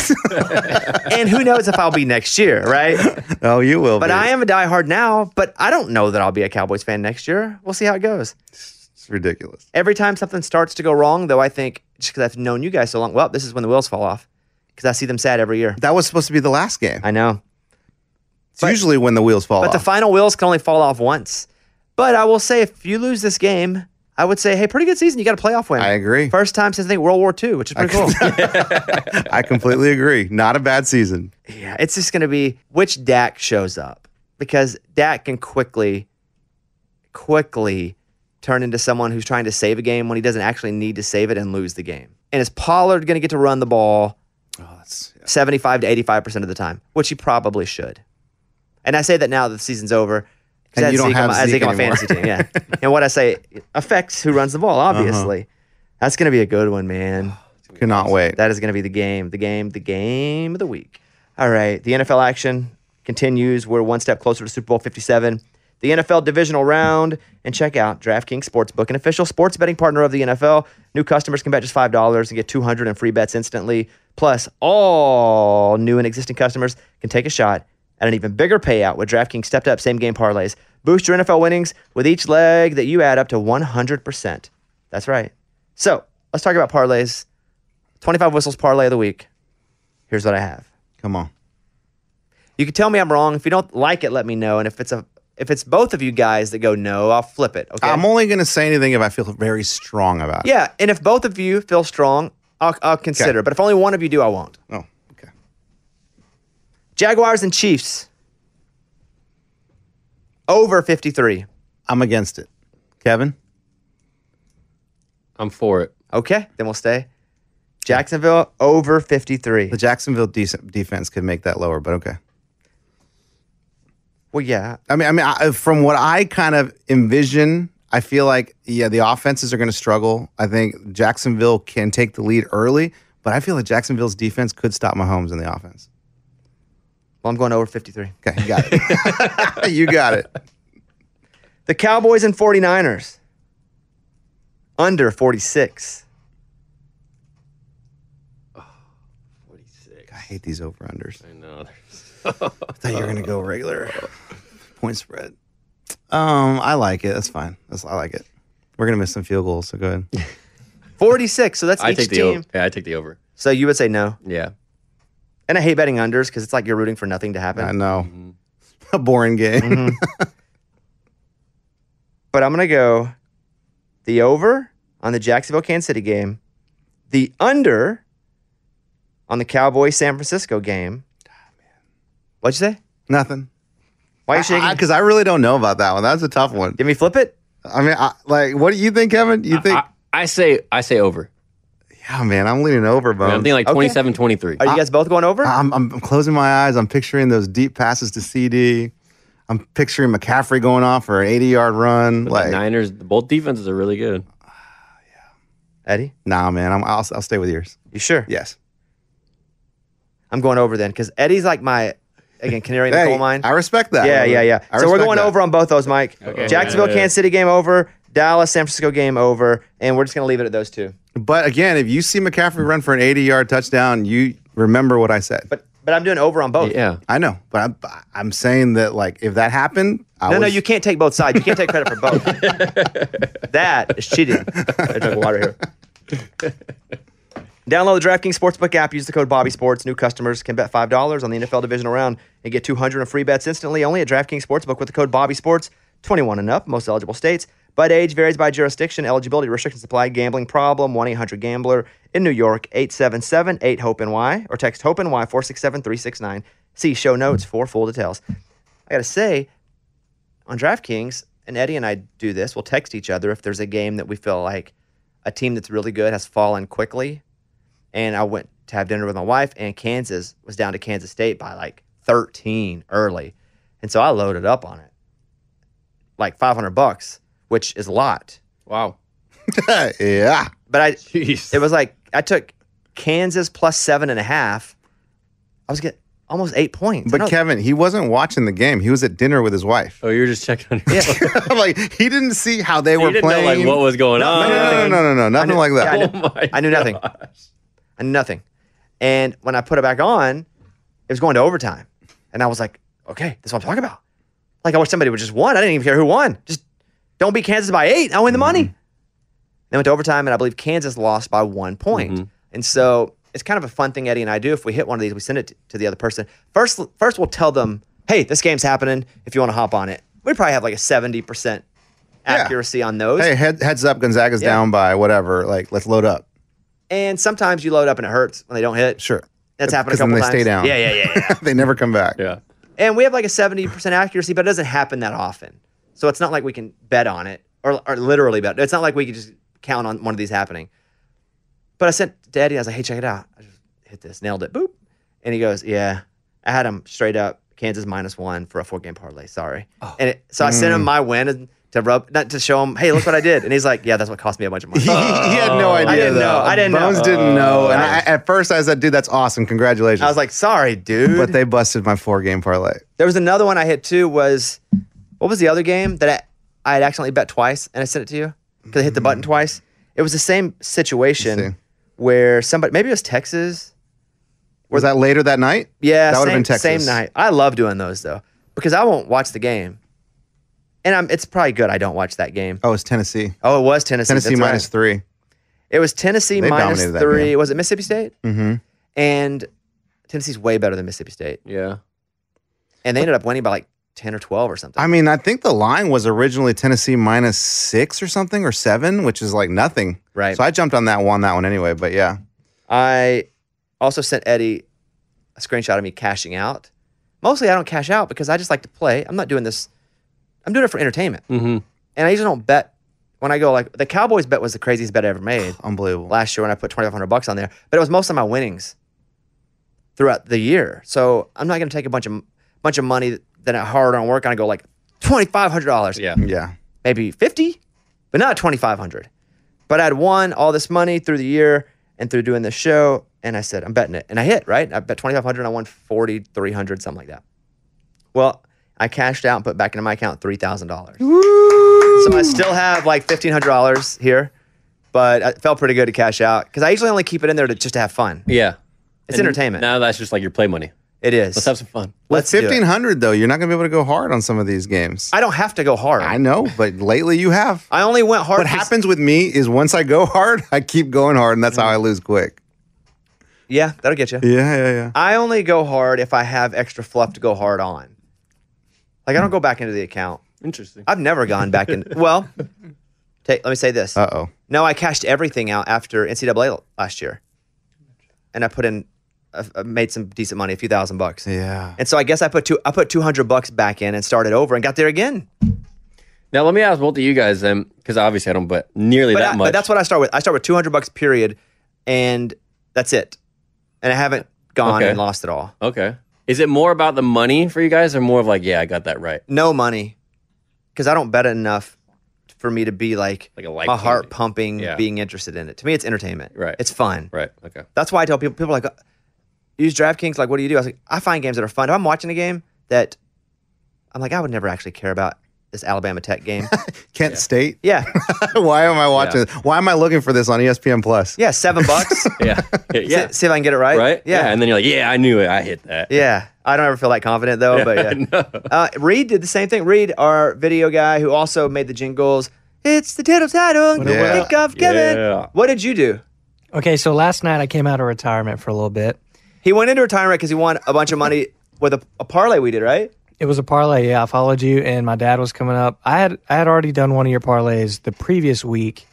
and who knows if I'll be next year, right?
oh, you will.
But
be.
I am a diehard now, but I don't know that I'll be a Cowboys fan next year. We'll see how it goes.
It's ridiculous.
Every time something starts to go wrong, though, I think just because I've known you guys so long, well, this is when the wheels fall off because I see them sad every year.
That was supposed to be the last game.
I know.
It's usually when the wheels fall
But the
off.
final wheels can only fall off once. But I will say, if you lose this game, I would say, hey, pretty good season. You got a playoff win.
I agree.
First time since I think World War II, which is pretty cool.
I completely agree. Not a bad season.
yeah, it's just going to be which Dak shows up because Dak can quickly, quickly turn into someone who's trying to save a game when he doesn't actually need to save it and lose the game. And is Pollard going to get to run the ball 75 to 85% of the time, which he probably should? And I say that now that the season's over. 'cause I
And
had
you don't
Zeke on
have
my, I had
Zeke
on my
anymore.
fantasy team. Yeah. and what I say affects who runs the ball, obviously.
Uh-huh.
That's going to be a good one, man.
Cannot wait.
That is going to be the game, the game, the game of the week. All right, the NFL action continues. We're one step closer to Super Bowl 57, the NFL divisional round. And check out DraftKings Sportsbook, an official sports betting partner of the NFL. New customers can bet just $5 and get 200 in free bets instantly. Plus, all new and existing customers can take a shot at an even bigger payout with DraftKings stepped up same game parlays. Boost your NFL winnings with each leg that you add up to 100%. That's right. So, let's talk about parlays. 25 whistles parlay of the week. Here's what I have.
Come on.
You can tell me I'm wrong. If you don't like it, let me know. And if it's a if it's both of you guys that go no, I'll flip it. Okay.
I'm only going to say anything if I feel very strong about it.
yeah. And if both of you feel strong, I'll, I'll consider. But if only one of you do, I won't.
Yeah. Oh, okay.
Jaguars and Chiefs. Over 53.
I'm against it. Kevin?
I'm for it.
Okay. Then we'll stay. Jacksonville over 53.
The Jacksonville decent defense could make that lower, but okay.
Well, yeah.
I mean, I mean, I, from what I kind of envision, I feel like yeah, the offenses are going to struggle. I think Jacksonville can take the lead early, but I feel like Jacksonville's defense could stop Mahomes in the offense.
Well, I'm going over 53.
Okay, you got it. you got it.
The Cowboys and 49ers. Under 46.
I hate these over unders.
I know.
I thought you were going to go regular point spread. Um, I like it. That's fine. That's I like it. We're gonna miss some field goals, so go ahead.
46. So that's
I
each
take the
team.
over. Yeah, I take the over.
So you would say no.
Yeah.
And I hate betting unders because it's like you're rooting for nothing to happen.
I know.
Mm-hmm.
A boring game.
Mm-hmm. But I'm going to go the over on the Jacksonville Kansas City game, the under on the Cowboys San Francisco game. What'd you say?
Nothing.
Why are you shaking?
Because I, really don't know about that one. That's a tough one.
Did we flip it?
I mean, I, like, what do you think, Kevin? You think?
I, I say I say over.
yeah, man, I'm leaning over, bro.
I'm thinking like
Okay.
27 23.
Are you guys both going over?
I'm, I'm, I'm closing my eyes. I'm picturing those deep passes to CD. I'm picturing McCaffrey going off for an 80 yard run.
the
like,
Niners, both defenses are really good.
Eddie,
nah, man, I'm, I'll, I'll stay with yours.
you sure?
Yes.
I'm going over then because Eddie's like my, again, canary in the
Hey,
coal mine.
I respect that.
yeah, yeah, yeah.
I
so we're
respect
going
that.
over on both those, Mike.
Okay.
Jacksonville
Yeah.
Kansas City game over, Dallas San Francisco game over, and we're just going to leave it at those two.
But again, if you see McCaffrey run for an 80 yard touchdown, you remember what I said.
But but I'm doing over on both.
Yeah.
I know, but I'm, I'm saying that like if that happened, I
No, no,
was-
you can't take both sides. You can't take credit for both. that is cheating. I drank water here. Download the DraftKings Sportsbook app. Use the code BobbySports. New customers can bet $5 on the NFL divisional round and get 200 in free bets instantly only at DraftKings Sportsbook with the code BobbySports. 21 and up, most eligible states. But age varies by jurisdiction. Eligibility restrictions apply. Gambling problem, 1-800-GAMBLER. In New York, 877-8-HOPE-NY or text HOPE-NY 467-369. See show notes for full details. I got to say, on DraftKings, and Eddie and I do this, we'll text each other if there's a game that we feel like a team that's really good has fallen quickly. And I went to have dinner with my wife, and Kansas was down to Kansas State by like 13 early. And so I loaded up on it like 500 bucks, which is a lot.
Wow.
yeah.
But I,
Jeez.
it was like I took Kansas plus seven and a half. I was getting almost eight points. I
But
don't-
Kevin, he wasn't watching the game. He was at dinner with his wife.
oh, you were just checking on your yeah.
I'm like he didn't see how they
You
were
didn't
playing.
know like what was going
no, no,
on.
no, no, no, no, no, nothing
knew-
like
yeah, I
that.
knew-
Oh my
I knew nothing. I knew nothing. And when I put it back on, it was going to overtime. And I was like, okay, this is what I'm talking about. Like I wish somebody would just won. I didn't even care who won. Just don't beat Kansas by eight. I win the money. They went to overtime, and I believe Kansas lost by one point. And so it's kind of a fun thing Eddie and I do. If we hit one of these, we send it t- to the other person. First, first we'll tell them, hey, this game's happening. If you want to hop on it, we probably have like a seventy percent accuracy on those.
Hey, head, heads up, Gonzaga's
Yeah.
down by whatever. Like, let's load up.
And sometimes you load up and it hurts when they don't hit.
Sure.
That's happened a
Because then
couple
they
times.
stay down.
Yeah, yeah, yeah, yeah.
they never come back.
Yeah.
and we have like a 70% accuracy, but it doesn't happen that often. So it's not like we can bet on it or, or literally bet. It's not like we can just count on one of these happening. But I sent to Eddie, I was like, hey, check it out. I just hit this, nailed it, boop. And he goes, yeah, I had him straight up Kansas minus one for a four game parlay. Sorry.
Oh.
And it, so I sent
Mm.
him my win and to rub, not to show him, hey, look what I did. And he's like, yeah, that's what cost me a bunch of money.
He, he had no idea.
didn't
though.
know. Oh. I didn't know.
Bones didn't know.
Oh,
And I,
Nice.
at first, I was like, "Dude, that's awesome! Congratulations!"
I was like, sorry, dude.
"But they busted my four-game parlay."
There was another one I hit too. Was what was the other game that I, I had accidentally bet twice and I sent it to you because I hit the button twice. It was the same
Mm-hmm. Let's see.
situation where somebody maybe it was Texas.
Was that later that night?
Yeah,
that
same,
would've been Texas.
Same night. I love doing those though because I won't watch the game, and I'm, it's probably good I don't watch that game.
Oh, it's Tennessee.
Oh, it was Tennessee.
Tennessee
that's right.
minus three.
It was Tennessee
They
minus
dominated that
three.
game.
Was it Mississippi State? Mm-hmm. And Tennessee's way better than Mississippi State,
Yeah.
and they ended up winning by like ten or twelve or something.
I mean, I think the line was originally Tennessee minus six or something or seven, which is like nothing.
Right.
So I jumped on that one, that one anyway. But yeah,
I also sent Eddie a screenshot of me cashing out. Mostly I don't cash out because I just like to play. I'm not doing this. I'm doing it for entertainment.
Mhm.
And I usually don't bet when I go like the Cowboys bet was the craziest bet I ever made
unbelievable.
last year when I put 2500 bucks on there, but it was most of my winnings throughout the year. So I'm not going to take a bunch of bunch of money that I hard on work on and go like $2500.
Yeah.
Yeah.
Maybe 50, but not 2500. But I'd won all this money through the year and through doing this show. And I said, I'm betting it. And I hit, right? I bet 2,500 and I won 4,300, something like that. Well, I cashed out and put back into my account $3,000. So I still have like $1,500 here, but it felt pretty good to cash out because I usually only keep it in there to, just to have fun.
Yeah.
It's entertainment.
Now that's just like your play money.
It is.
Let's have some fun.
Let's do it.
Fifteen hundred though, you're not gonna be able to go hard on some of these games.
I don't have to go hard.
I
I,
know, but lately you have.
only went hard.
What
for-
happens with me is once I go hard, I keep going hard, and that's how I lose quick.
Yeah, that'll get you.
Yeah, yeah, yeah.
I only go hard if I have extra fluff to go hard on. Like I don't go back into the account.
Interesting.
I've never gone back in. well, take, let me say this.
Uh oh.
No, I cashed everything out after NCAA l- last year, and I put in, I I made some decent money, a few thousand bucks.
Yeah.
And so I guess I put two, I put two hundred bucks back in and started over and got there again.
Now let me ask both of you guys then, because obviously I don't bet nearly
But,
that
I,
much.
but that's what I start with. I start with two hundred bucks period, and that's it. And I haven't gone
Okay.
and lost it all.
okay. Is it more about the money for you guys, or more of like, yeah, I got that right?
no money because I don't bet enough for me to be like,
Like a life
my heart
changing.
pumping,
Yeah.
being interested in it. To me, it's entertainment.
Right.
It's fun.
Right. Okay.
That's why I tell people, people are like, "Uh, use DraftKings. Like, what do you do? I was like, I find games that are fun. If I'm watching a game that I'm like, I would never actually care about this Alabama Tech game.
Kent State.
yeah.
Why am I watching? Why am I looking for this on E ESPN Plus?
Yeah. Seven bucks.
Yeah. yeah.
See, see if I can get it right.
Right.
Yeah. Yeah.
And then you're like, yeah, I knew it. I hit that.
I don't ever feel that confident though, but yeah. Uh, Reed did the same thing. Reed, our video guy who also made the jingles. It's the title title.
Yeah.
Think of Kevin.
Yeah.
What did you do?
Okay, so last night I came out of retirement for a little bit.
He went into retirement because he won a bunch of money with a, a parlay we did, right?
It was a parlay. Yeah, I followed you, and my dad was coming up. I had I had already done one of your parlays the previous week,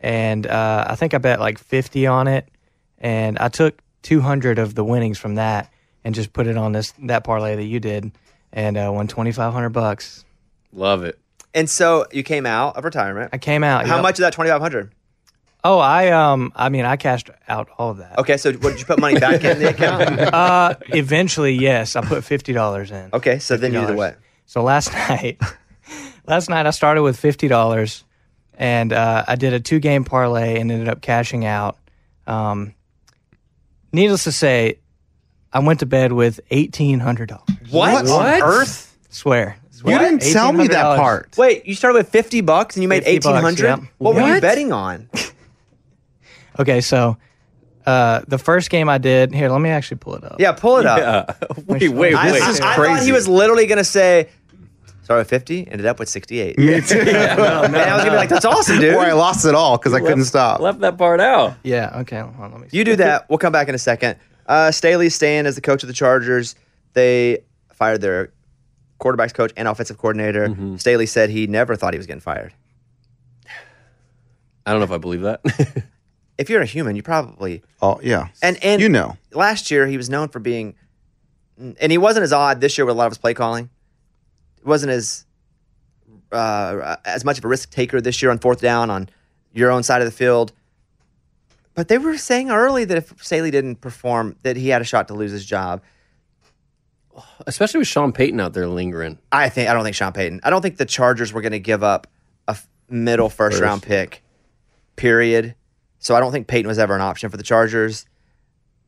and uh, I think I bet like fifty on it, and I took two hundred of the winnings from that and just put it on this that parlay that you did, and uh, won twenty five hundred bucks.
Love it.
And so you came out of retirement.
I came out.
How
yep.
much of that twenty five hundred?
Oh, I um, I mean, I cashed out all of that.
Okay, so what, did you put money back in the account?
Uh, eventually, yes, I put fifty dollars in.
Okay, so then you did
$50.
what?
So last night, last night I started with fifty dollars, and uh, I did a two game parlay and ended up cashing out. Um, needless to say, I went to bed with eighteen hundred dollars.
What,
on earth?
Swear.
You didn't tell me that
$1,800.
part.
Wait, you started with fifty bucks and you made
50
eighteen
bucks,
hundred.
yeah.
What, were you
What?
betting on?
Okay, so uh, the first game I did here. Let me actually pull it up.
Yeah, pull it up.
Uh, wait, wait,
I,
wait.
I
is
thought he
crazy.
was literally gonna say, "Started with fifty, ended up with sixty-eight.
Me too.
and I was gonna be like, "That's awesome, dude."
Boy, I lost it all because I couldn't stop.
Left that part out.
Yeah. Okay. Hold on, let me.
You do that. We'll come back in a second. Uh, Staley's staying as the coach of the Chargers. They fired their quarterbacks coach and offensive coordinator.
Mm-hmm.
Staley said he never thought he was getting fired.
I don't know if I believe that.
If you're a human, you probably
Oh yeah,
and and
you know,
last year he was known for being, and he wasn't as odd this year with a lot of his play calling. It wasn't as uh, as much of a risk taker this year on fourth down on your own side of the field. But they were saying early that if Staley didn't perform, that he had a shot to lose his job.
Especially with Sean Payton out there lingering.
I think I don't think Sean Payton. I don't think the Chargers were going to give up a f- middle first, round pick. Period. So I don't think Payton was ever an option for the Chargers.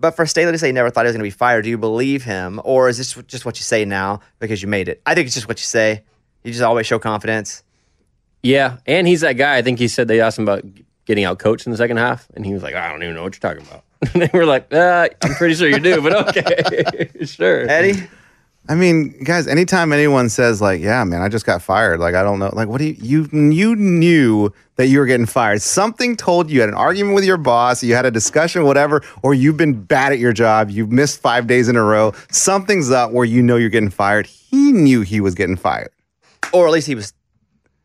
But for Staley to say he never thought he was going to be fired, do you believe him, or is this just what you say now because you made it? I think it's just what you say. You just always show confidence.
Yeah, and he's that guy. I think he said they asked him about getting out coached in the second half, and he was like, "I don't even know what you're talking about." and they were like, uh, "I'm pretty sure you do, but okay, sure."
Eddie,
I mean, guys, anytime anyone says like, "Yeah, man, I just got fired," like I don't know, like what do you you you knew that you were getting fired? Something told you you had an argument with your boss, you had a discussion, whatever, or you've been bad at your job, you've missed five days in a row. Something's up where you know you're getting fired. He knew he was getting fired.
or at least he was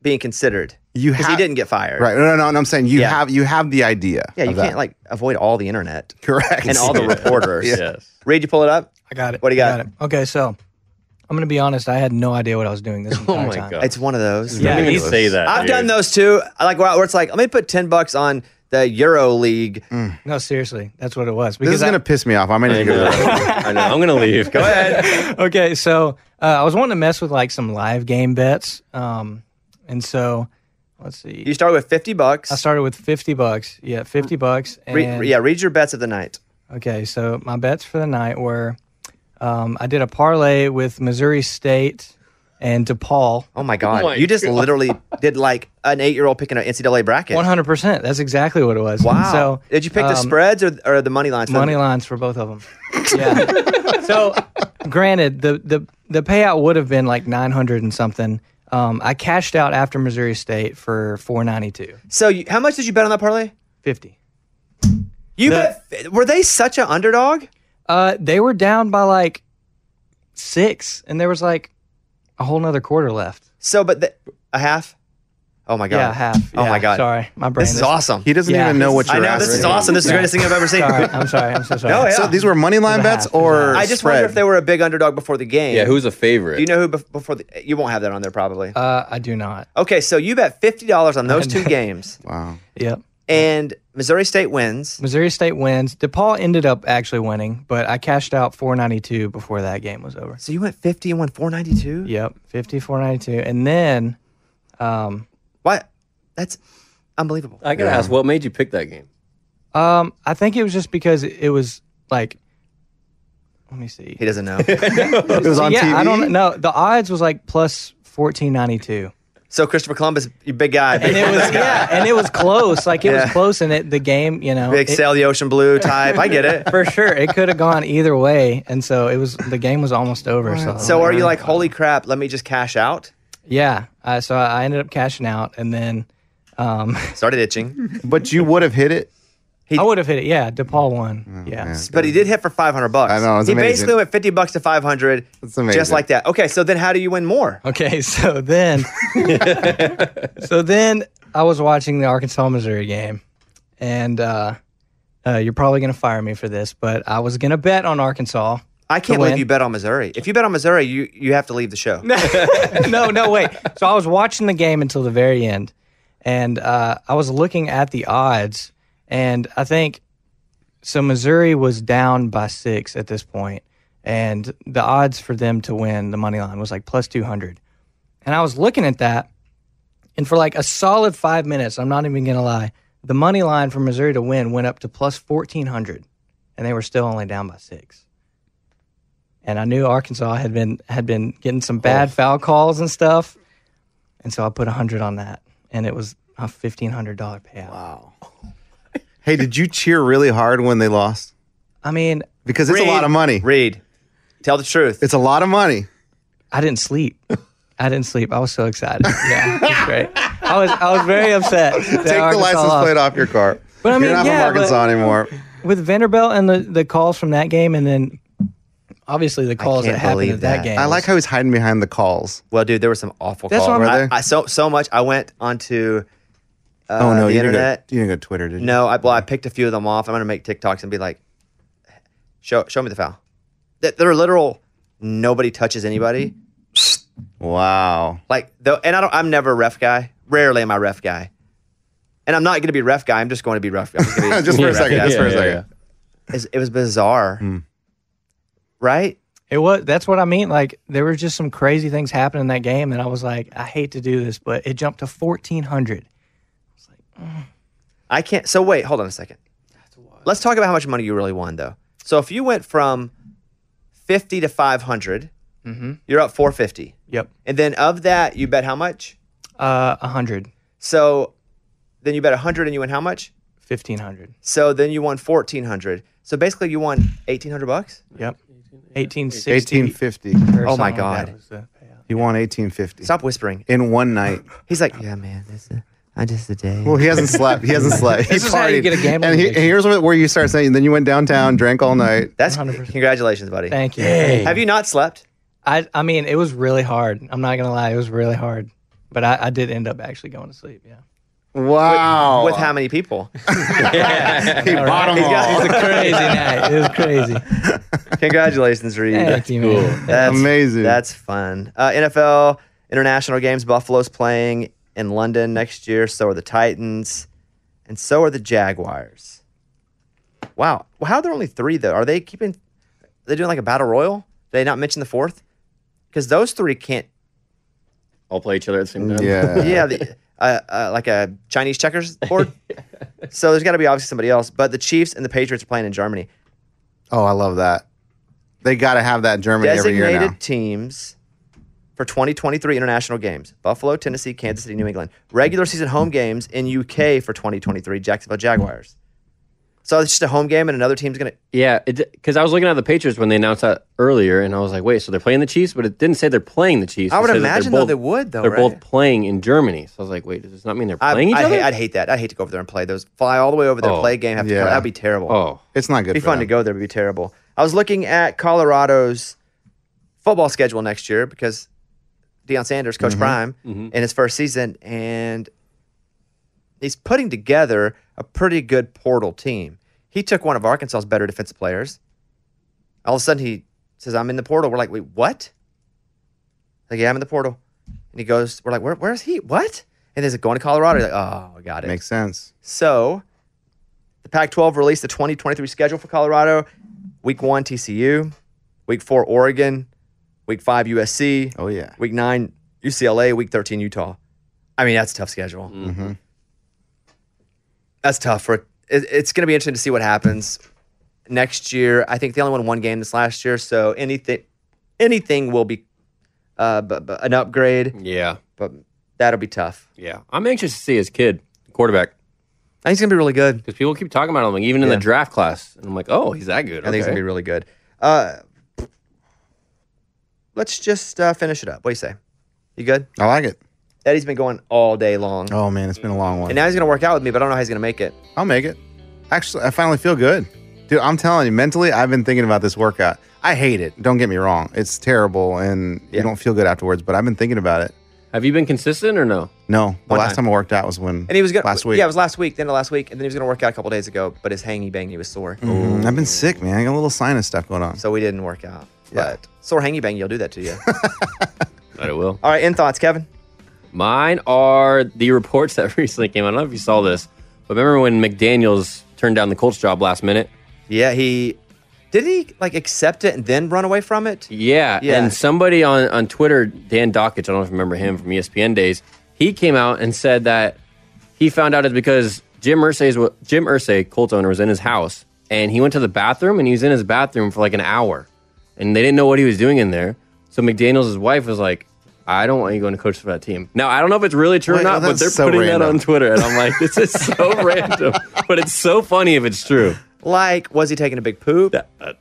being considered
You
because he
ha-
didn't get fired.
Right? No, no, no. no I'm saying you
Yeah.
have you have the idea.
Yeah, you
of that.
can't like avoid all the internet
correct
and all the reporters.
Yes.
Reed, you pull it up.
I got it.
What do you
I
got?
it. Okay, so I'm gonna be honest. I had no idea what I was doing
Oh
this entire
my
time.
God.
It's one of those.
Don't
Yeah,
even
he's-
say that.
I've
dude.
done those too. I Like where where it's like, let me put ten bucks on the Euro League.
No, seriously, that's what it
This
was. Because
is gonna piss me off. I'm gonna
I
need to go.
know.
to the-
I know. I'm gonna leave. Go ahead.
I, okay, so uh, I was wanting to mess with like some live game bets, um, and so let's see.
You start with fifty bucks.
I started with fifty bucks. Yeah, fifty bucks. And,
Re- yeah, read your bets of the night.
Okay, so my bets for the night were, um, I did a parlay with Missouri State and DePaul.
Oh my god,
my
you just literally did like an eight-year-old picking an NCAA bracket.
One hundred percent. That's exactly what it was. And
Wow.
so
did you pick the
um,
spreads or, or the money lines? for
money
the-
lines for both of them. Yeah. so, granted, the the the payout would have been like nine hundred and something. Um, I cashed out after Missouri State for four ninety two
So you, how much did you bet on that parlay?
fifty.
You
The-
bet. Were they such an underdog?
Uh, they were down by like six, and there was like a whole nother quarter left.
So, but the, a half. Oh my god.
Yeah, half.
Oh my
Yeah,
god.
Sorry, my brain.
This is awesome.
He doesn't
Yeah.
even know what you're
I know
asking.
this is awesome. This is the greatest thing I've ever seen.
Sorry, I'm sorry. I'm so sorry.
No, yeah.
So these were money line
It was a
bets
half. It was a
or
half.
I just
spread?
wonder if they were a big underdog before the game.
Yeah, who's a favorite?
Do you know who bef- before the? You won't have that on there probably.
Uh, I do not.
Okay, so you bet fifty dollars on those two games,
Wow.
Yep.
and Missouri State wins.
Missouri State wins. DePaul ended up actually winning, but I cashed out 492 before that game was over.
So you went fifty and won four ninety two.
Yep, 5492. And then um
What? That's unbelievable.
Uh,
I gotta ask, what made you pick that game?
um I think it was just because it was like let me see.
He doesn't know.
It was on
yeah,
TV.
I don't know. The odds was like plus 1492.
so Christopher Columbus, you big guy,
And
big,
it was yeah, and it was close. Like it
Yeah.
was close and it the game, you know.
big
it-
sail the ocean blue type. I get it.
for sure. It could have gone either way. And so it was the game was almost over. So
So are you like, holy crap? Let me just cash out.
Yeah. I, so I ended up cashing out and then um
Started itching,
But you would have hit it.
I would have hit it. Yeah, DePaul won. Yeah.
but he did hit for five hundred bucks.
I know, it's
he
amazing.
basically went fifty bucks to five hundred,
It's amazing.
just like that. Okay, so then how do you win more?
Okay, so then, so then I was watching the Arkansas Missouri game, and uh, uh, you're probably gonna fire me for this, but I was gonna bet on Arkansas.
I can't
To
believe
win.
you bet on Missouri. If you bet on Missouri, you you have to leave the show.
no, no, wait. So I was watching the game until the very end, and uh, I was looking at the odds, And I think so Missouri was down by six at this point, and the odds for them to win the money line was like plus 200. And I was looking at that, and for like a solid five minutes, I'm not even going to lie, the money line for Missouri to win went up to plus 1400, and they were still only down by six. And I knew Arkansas had been had been getting some
Oh.
bad foul calls and stuff, and so I put 100 on that, and it was a $1,500 payout.
Hey, did you cheer really hard when they lost?
I mean,
Because it's a lot of money.
Read. Tell the truth.
It's a lot of money.
I didn't sleep. I didn't sleep. I was so excited. Yeah, it's great. I was I was very upset. that
Take the
Arkansas
license
lost.
plate off your car.
But I mean,
You're not
yeah,
from Arkansas
but-
anymore.
with Vanderbilt and the, the calls from that game, and then obviously the calls
can't
that happened
believe
at that,
that.
game.
I like how he's hiding behind the calls.
Well, dude, there were some awful
That's
calls.
what
I'm- Were
I, I- so so much. I went onto uh,
oh no,
the
you
internet.
Didn't go, you didn't go to Twitter, did you?
No, I well, I picked a few of them off. I'm gonna make TikToks and be like, show show me the foul. That they're literal. Nobody touches anybody.
Wow.
Like though, and I don't. I'm never a ref guy. Rarely am I ref guy. And I'm not gonna be ref guy. I'm just going to be ref guy. I'm just gonna be-
Just for
Yeah,
a second.
yeah,
Just for a
yeah,
second. Hmm.
yeah.
it's- it was bizarre. Right?
it was. That's what I mean. Like there were just some crazy things happening in that game, and I was like, I hate to do this, but it jumped to fourteen hundred.
I can't. So wait, hold on a second. Let's talk about how much money you really won, though. So if you went from fifty to five you're up four fifty,
Yep,
and then of that you bet how much?
uh, hundred.
So then you bet hundred and you win how much?
1500
So then you won fourteen hundred. So basically you won eighteen hundred bucks.
yep 1860
Eighteen fifty.
or
Oh my
something like that
God.
was the payout.
He won eighteen fifty.
Stop whispering.
In one night.
He's like, yeah, man, this is, I just the day.
Well, he hasn't slept. He hasn't slept.
This
He
is how you
partied.
get a gambling
And, he, and
addiction.
here's where where you start saying. Then you went downtown, drank all night.
That's
100%.
congratulations, buddy.
thank you
Have you not slept?
I I mean, it was really hard. I'm not gonna lie, it was really hard. But I, I did end up actually going to sleep. Yeah.
Wow.
With how many people?
he bought 'em all.
It was a crazy night. It was crazy.
Congratulations, Reed.
Thank you, man.
That's
Amazing.
That's fun. Uh, NFL international games. Buffalo's playing in London next year. So are the Titans, and so are the Jaguars. Wow. Well, how are there only three though? Are they keeping? Are they doing like a battle royal? Did they not mention the fourth? Because those three can't.
All play each other at the same time.
Yeah.
Yeah, the, uh, uh, like a Chinese checkers board. so there's got to be obviously somebody else. But the Chiefs and the Patriots are playing in Germany.
Oh, I love that. They got to have that in Germany every year now.
designated teams for 2023 international games Buffalo, Tennessee, Kansas City, New England. Regular season home games in UK for 2023, Jacksonville Jaguars. So it's just a home game and another team's going to.
Yeah, because I was looking at the Patriots when they announced that earlier, and I was like, wait, so they're playing the Chiefs, but it didn't say they're playing the Chiefs.
I
It
would
says that they're
imagine, though, they would, though,
They're both
right?
playing in Germany. So I was like, wait, does this not mean they're
I,
playing each
I'd
other?
hate, I'd hate that. I'd hate to go over there and play those. Fly all the way over there,
Oh.
play a game. Have to
Yeah.
come- That'd be terrible.
oh,
It's not good.
It'd be
for
fun to
them.
go there, but it'd be terrible. I was looking at Colorado's football schedule next year because Deion Sanders,
Mm-hmm.
Coach Prime, in his first season, and he's putting together a pretty good portal team. He took one of Arkansas's better defensive players. All of a sudden, he says, "I'm in the portal." We're like, "Wait, what?" Like, yeah, I'm in the portal, and he goes, "We're like, where, where's he? What?" And there's going to Colorado. He's like, "Oh, I got it."
Makes sense.
So, the Pac 12 released the 2023 schedule for Colorado. Week one, TCU. Week four, Oregon. Week five, USC.
Oh yeah.
Week nine, UCLA. Week 13, Utah. I mean, that's a tough schedule. That's tough. For it, It's going to be interesting to see what happens next year. I think they only won one game this last year. So, anything anything will be uh, b- b- an upgrade,
yeah,
but that'll be tough.
yeah. I'm anxious to see his kid, the quarterback,
I think it's going to be really good.
because people keep talking about him, like, even in the draft class. And I'm like, oh, he's that good.
I think it's
okay.
gonna be really good. Uh, let's just uh, finish it up. What do you say? You good?
I like it.
Eddie's been going all day long,
Oh man, it's been a long one.
and now he's gonna work out with me, but I don't know how he's gonna make it.
I'll make it. Actually, I finally feel good. Dude, I'm telling you, mentally, I've been thinking about this workout. I hate it. Don't get me wrong. It's terrible and
Yeah.
you don't feel good afterwards, but I've been thinking about it.
Have you been consistent or no?
No, the
One
last
time.
time I worked out was when
And he was gonna
last week.
Yeah, it was last week. Then last week, and then he was gonna work out a couple days ago, but his hangy bangy was sore,
Mm, I've been sick, man. I got a little sinus stuff going on.
so we didn't work out.
Yeah.
But sore hangy bangy, will do that to you.
But I will.
all right, end thoughts, Kevin.
Mine are the reports that recently came out. I don't know if you saw this, But remember when McDaniels turned down the Colts job last minute?
Yeah, he did he like accept it and then run away from it.
Yeah.
Yeah.
And somebody on, on Twitter, Dan Dockich, I don't know if you remember him from E ESPN days, he came out and said that he found out it's because Jim Ursay's Jim Ursay, Colts owner, was in his house and he went to the bathroom and he was in his bathroom for like an hour and they didn't know what he was doing in there. So McDaniels' wife was like, I don't want you going to coach for that team. Now I don't know if it's really true
Wait,
or
oh,
not, but
that's
they're
so
putting that
random.
on Twitter, and I'm like, this is so random, but it's so funny if it's true.
Like, was he taking a big poop?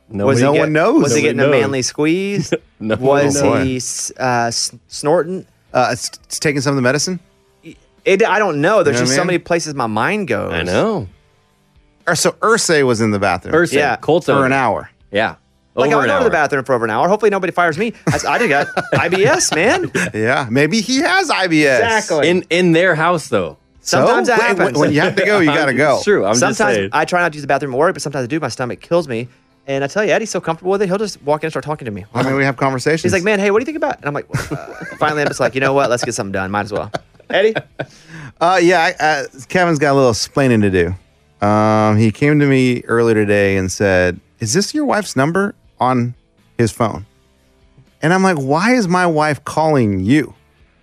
No,
Was
no
he
one knows.
Was he
Nobody
getting a
knows.
manly squeeze?
No one
was
knows.
he s- uh, s- snorting?
Uh, it's, it's taking some of the medicine.
It, I don't know. There's
You know
just
what I
so
mean?
many places my mind goes.
I know.
Or so Ursay was in the bathroom
Ursay,
Yeah.
Colts
for
owner.
an hour.
Yeah.
Like
Over
I'll
an
go to the
hour.
bathroom for over an hour. Hopefully nobody fires me. I, I didn't got IBS, man.
Yeah, maybe he has IBS.
Exactly.
In in their house though.
So,
Sometimes that
wait, when-
happens.
When you have to go, you gotta
I'm-
go.
It's true. I'm just
sometimes
saying.
I try not to use the bathroom at work, but sometimes I do. My stomach kills me. And I tell you, Eddie's so comfortable with it, he'll just walk in and start talking to me.
I mean, we have conversations.
He's like, man, hey, what do you think about? And I'm like, uh, finally, I'm just like, you know what? Let's get something done. Might as well. Eddie,
Uh, yeah, I, uh, Kevin's got a little explaining to do. Um, he came to me earlier today and said, "Is this your wife's number on his phone?" And I'm like, "Why is my wife calling you?"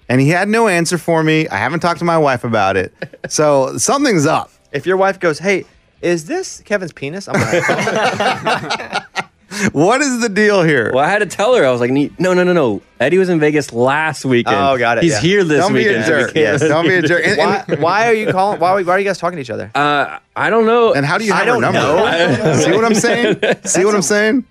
And he had no answer for me. I haven't talked to my wife about it, so something's up.
if your wife goes, hey, is this Kevin's penis? I'm like,
What is the deal here?
well, I had to tell her. I was like, "Nee- no, no, no, no. Eddie was in Vegas last weekend.
Oh, got it,
He's
yeah.
here this
Don't be
weekend.
a jerk.
We
Yes,
can't-
don't be a jerk. And,
why,
and,
why are you calling? Why, why are you guys talking to each other?
Uh, I don't know.
and how do you
I
have her
don't
number?
know.
See what I'm saying? See what I'm saying?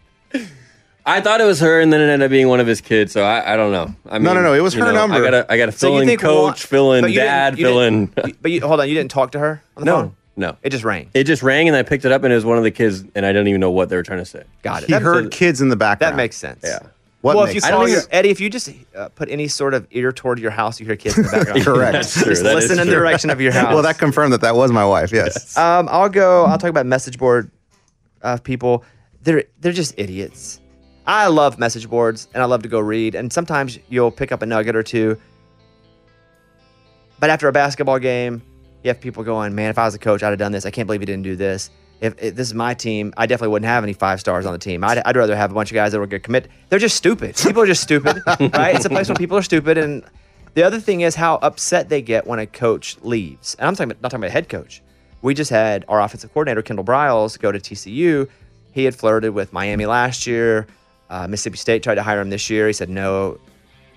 I thought it was her, and then it ended up being one of his kids. So I, I don't know. I mean,
no, no, it was
you
her number.
I gotta, I gotta fill in coach,
one-
fill in
but you didn't-
dad,
you
fill in.
didn't- you- But you, hold on, you didn't talk to her on the
no,
phone.
no.
It just rang.
It just rang, and I picked it up, and it was one of the kids, and I didn't even know what they were trying to say.
Got it.
He
That,
heard kids in the background.
that makes sense.
Yeah.
What
well,
makes
if you
sense?
I don't
call your,
even-
Eddie, if you just uh, put any sort of ear toward your house, you hear kids in the background.
Correct.
That's true.
Just
That is
listen in the
true.
direction of your house.
Well, that confirmed that that was my wife. Yes. Oh,
Um, I'll go. I'll talk about message board uh, people. They're they're just idiots. I love message boards, and I love to go read. And sometimes you'll pick up a nugget or two. But after a basketball game, you have people going, "Man, if I was a coach, I'd have done this. I can't believe he didn't do this. If, if this is my team, I definitely wouldn't have any five stars on the team. I'd, I'd rather have a bunch of guys that were good commit. They're just stupid. People are just stupid, right? It's a place where people are stupid. And the other thing is how upset they get when a coach leaves. And I'm talking about, not talking about a head coach. We just had our offensive coordinator Kendall Bryles go to TCU. He had flirted with Miami last year. Uh, Mississippi State tried to hire him this year. He said no.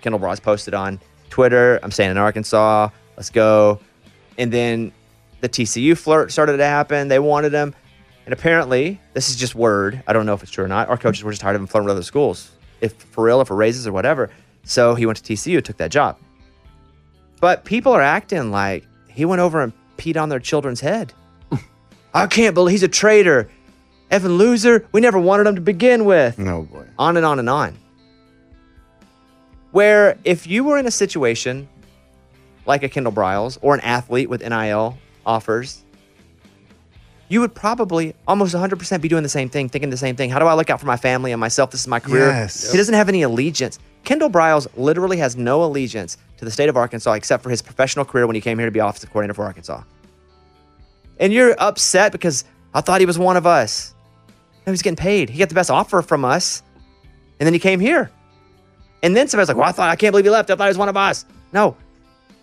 Kendall Bras posted on Twitter, I'm staying in Arkansas. Let's go. And then the TCU flirt started to happen. They wanted him. And apparently, this is just word. I don't know if it's true or not. Our coaches were just tired of him flirting with other schools, if for real, if for raises or whatever. So he went to TCU, took that job. But people are acting like he went over and peed on their children's head. I can't believe he's a traitor. Evan loser. We never wanted him to begin with
No boy.
on and on and on. Where if you were in a situation like a Kendall Bryles or an athlete with NIL offers, you would probably almost 100% be doing the same thing, thinking the same thing. How do I look out for my family and myself? This is my career.
Yes.
He doesn't have any allegiance. Kendall Bryles literally has no allegiance to the state of Arkansas except for his professional career when he came here to be offensive coordinator for Arkansas. And you're upset because I thought he was one of us. No, he's getting paid. He got the best offer from us. And then he came here. And then somebody's like, well, I thought, I can't believe he left. I thought he was one of us. No.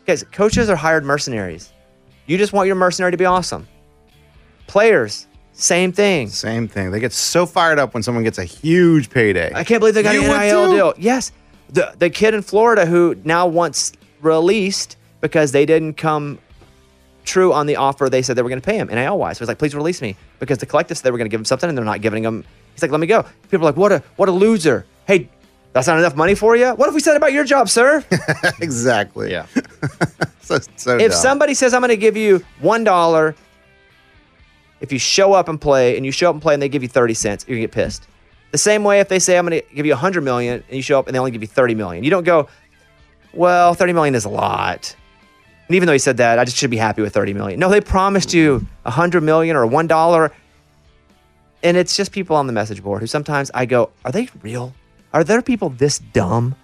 Guys, coaches are hired mercenaries. You just want your mercenary to be awesome. Players, same thing.
Same thing. They get so fired up when someone gets a huge payday.
I can't believe they got
You
an
would
NIL
too?
deal. Yes. The, the kid in Florida who now wants released because they didn't come true on the offer they said they were going to pay him NIL wise. So he's like, please release me because the collective said they were going to give him something and they're not giving him. He's like, let me go. People are like, what a what a loser. Hey, that's not enough money for you. What if we said about your job, sir?
Exactly.
Yeah.
So, so
if
dumb.
somebody says I'm going to give you one dollar, if you show up and play, and you show up and play, and they give you thirty cents, you're gonna get pissed. The same way if they say I'm going to give you hundred million, and you show up and they only give you thirty million, you don't go, well, thirty million is a lot. And even though he said that, I just should be happy with thirty million. No, they promised you hundred million or one dollar, and it's just people on the message board who sometimes I go, are they real? Are there people this dumb?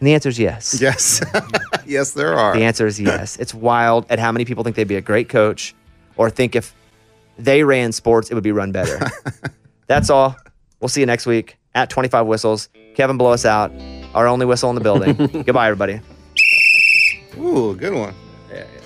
And the answer is yes.
yes, yes, there are.
The answer is yes. It's wild at how many people think they'd be a great coach or think if they ran sports, it would be run better. That's all. We'll see you next week at 25 Whistles. Kevin, blow us out. Our only whistle in the building. Goodbye, everybody.
Ooh, good one.
Yeah, yeah.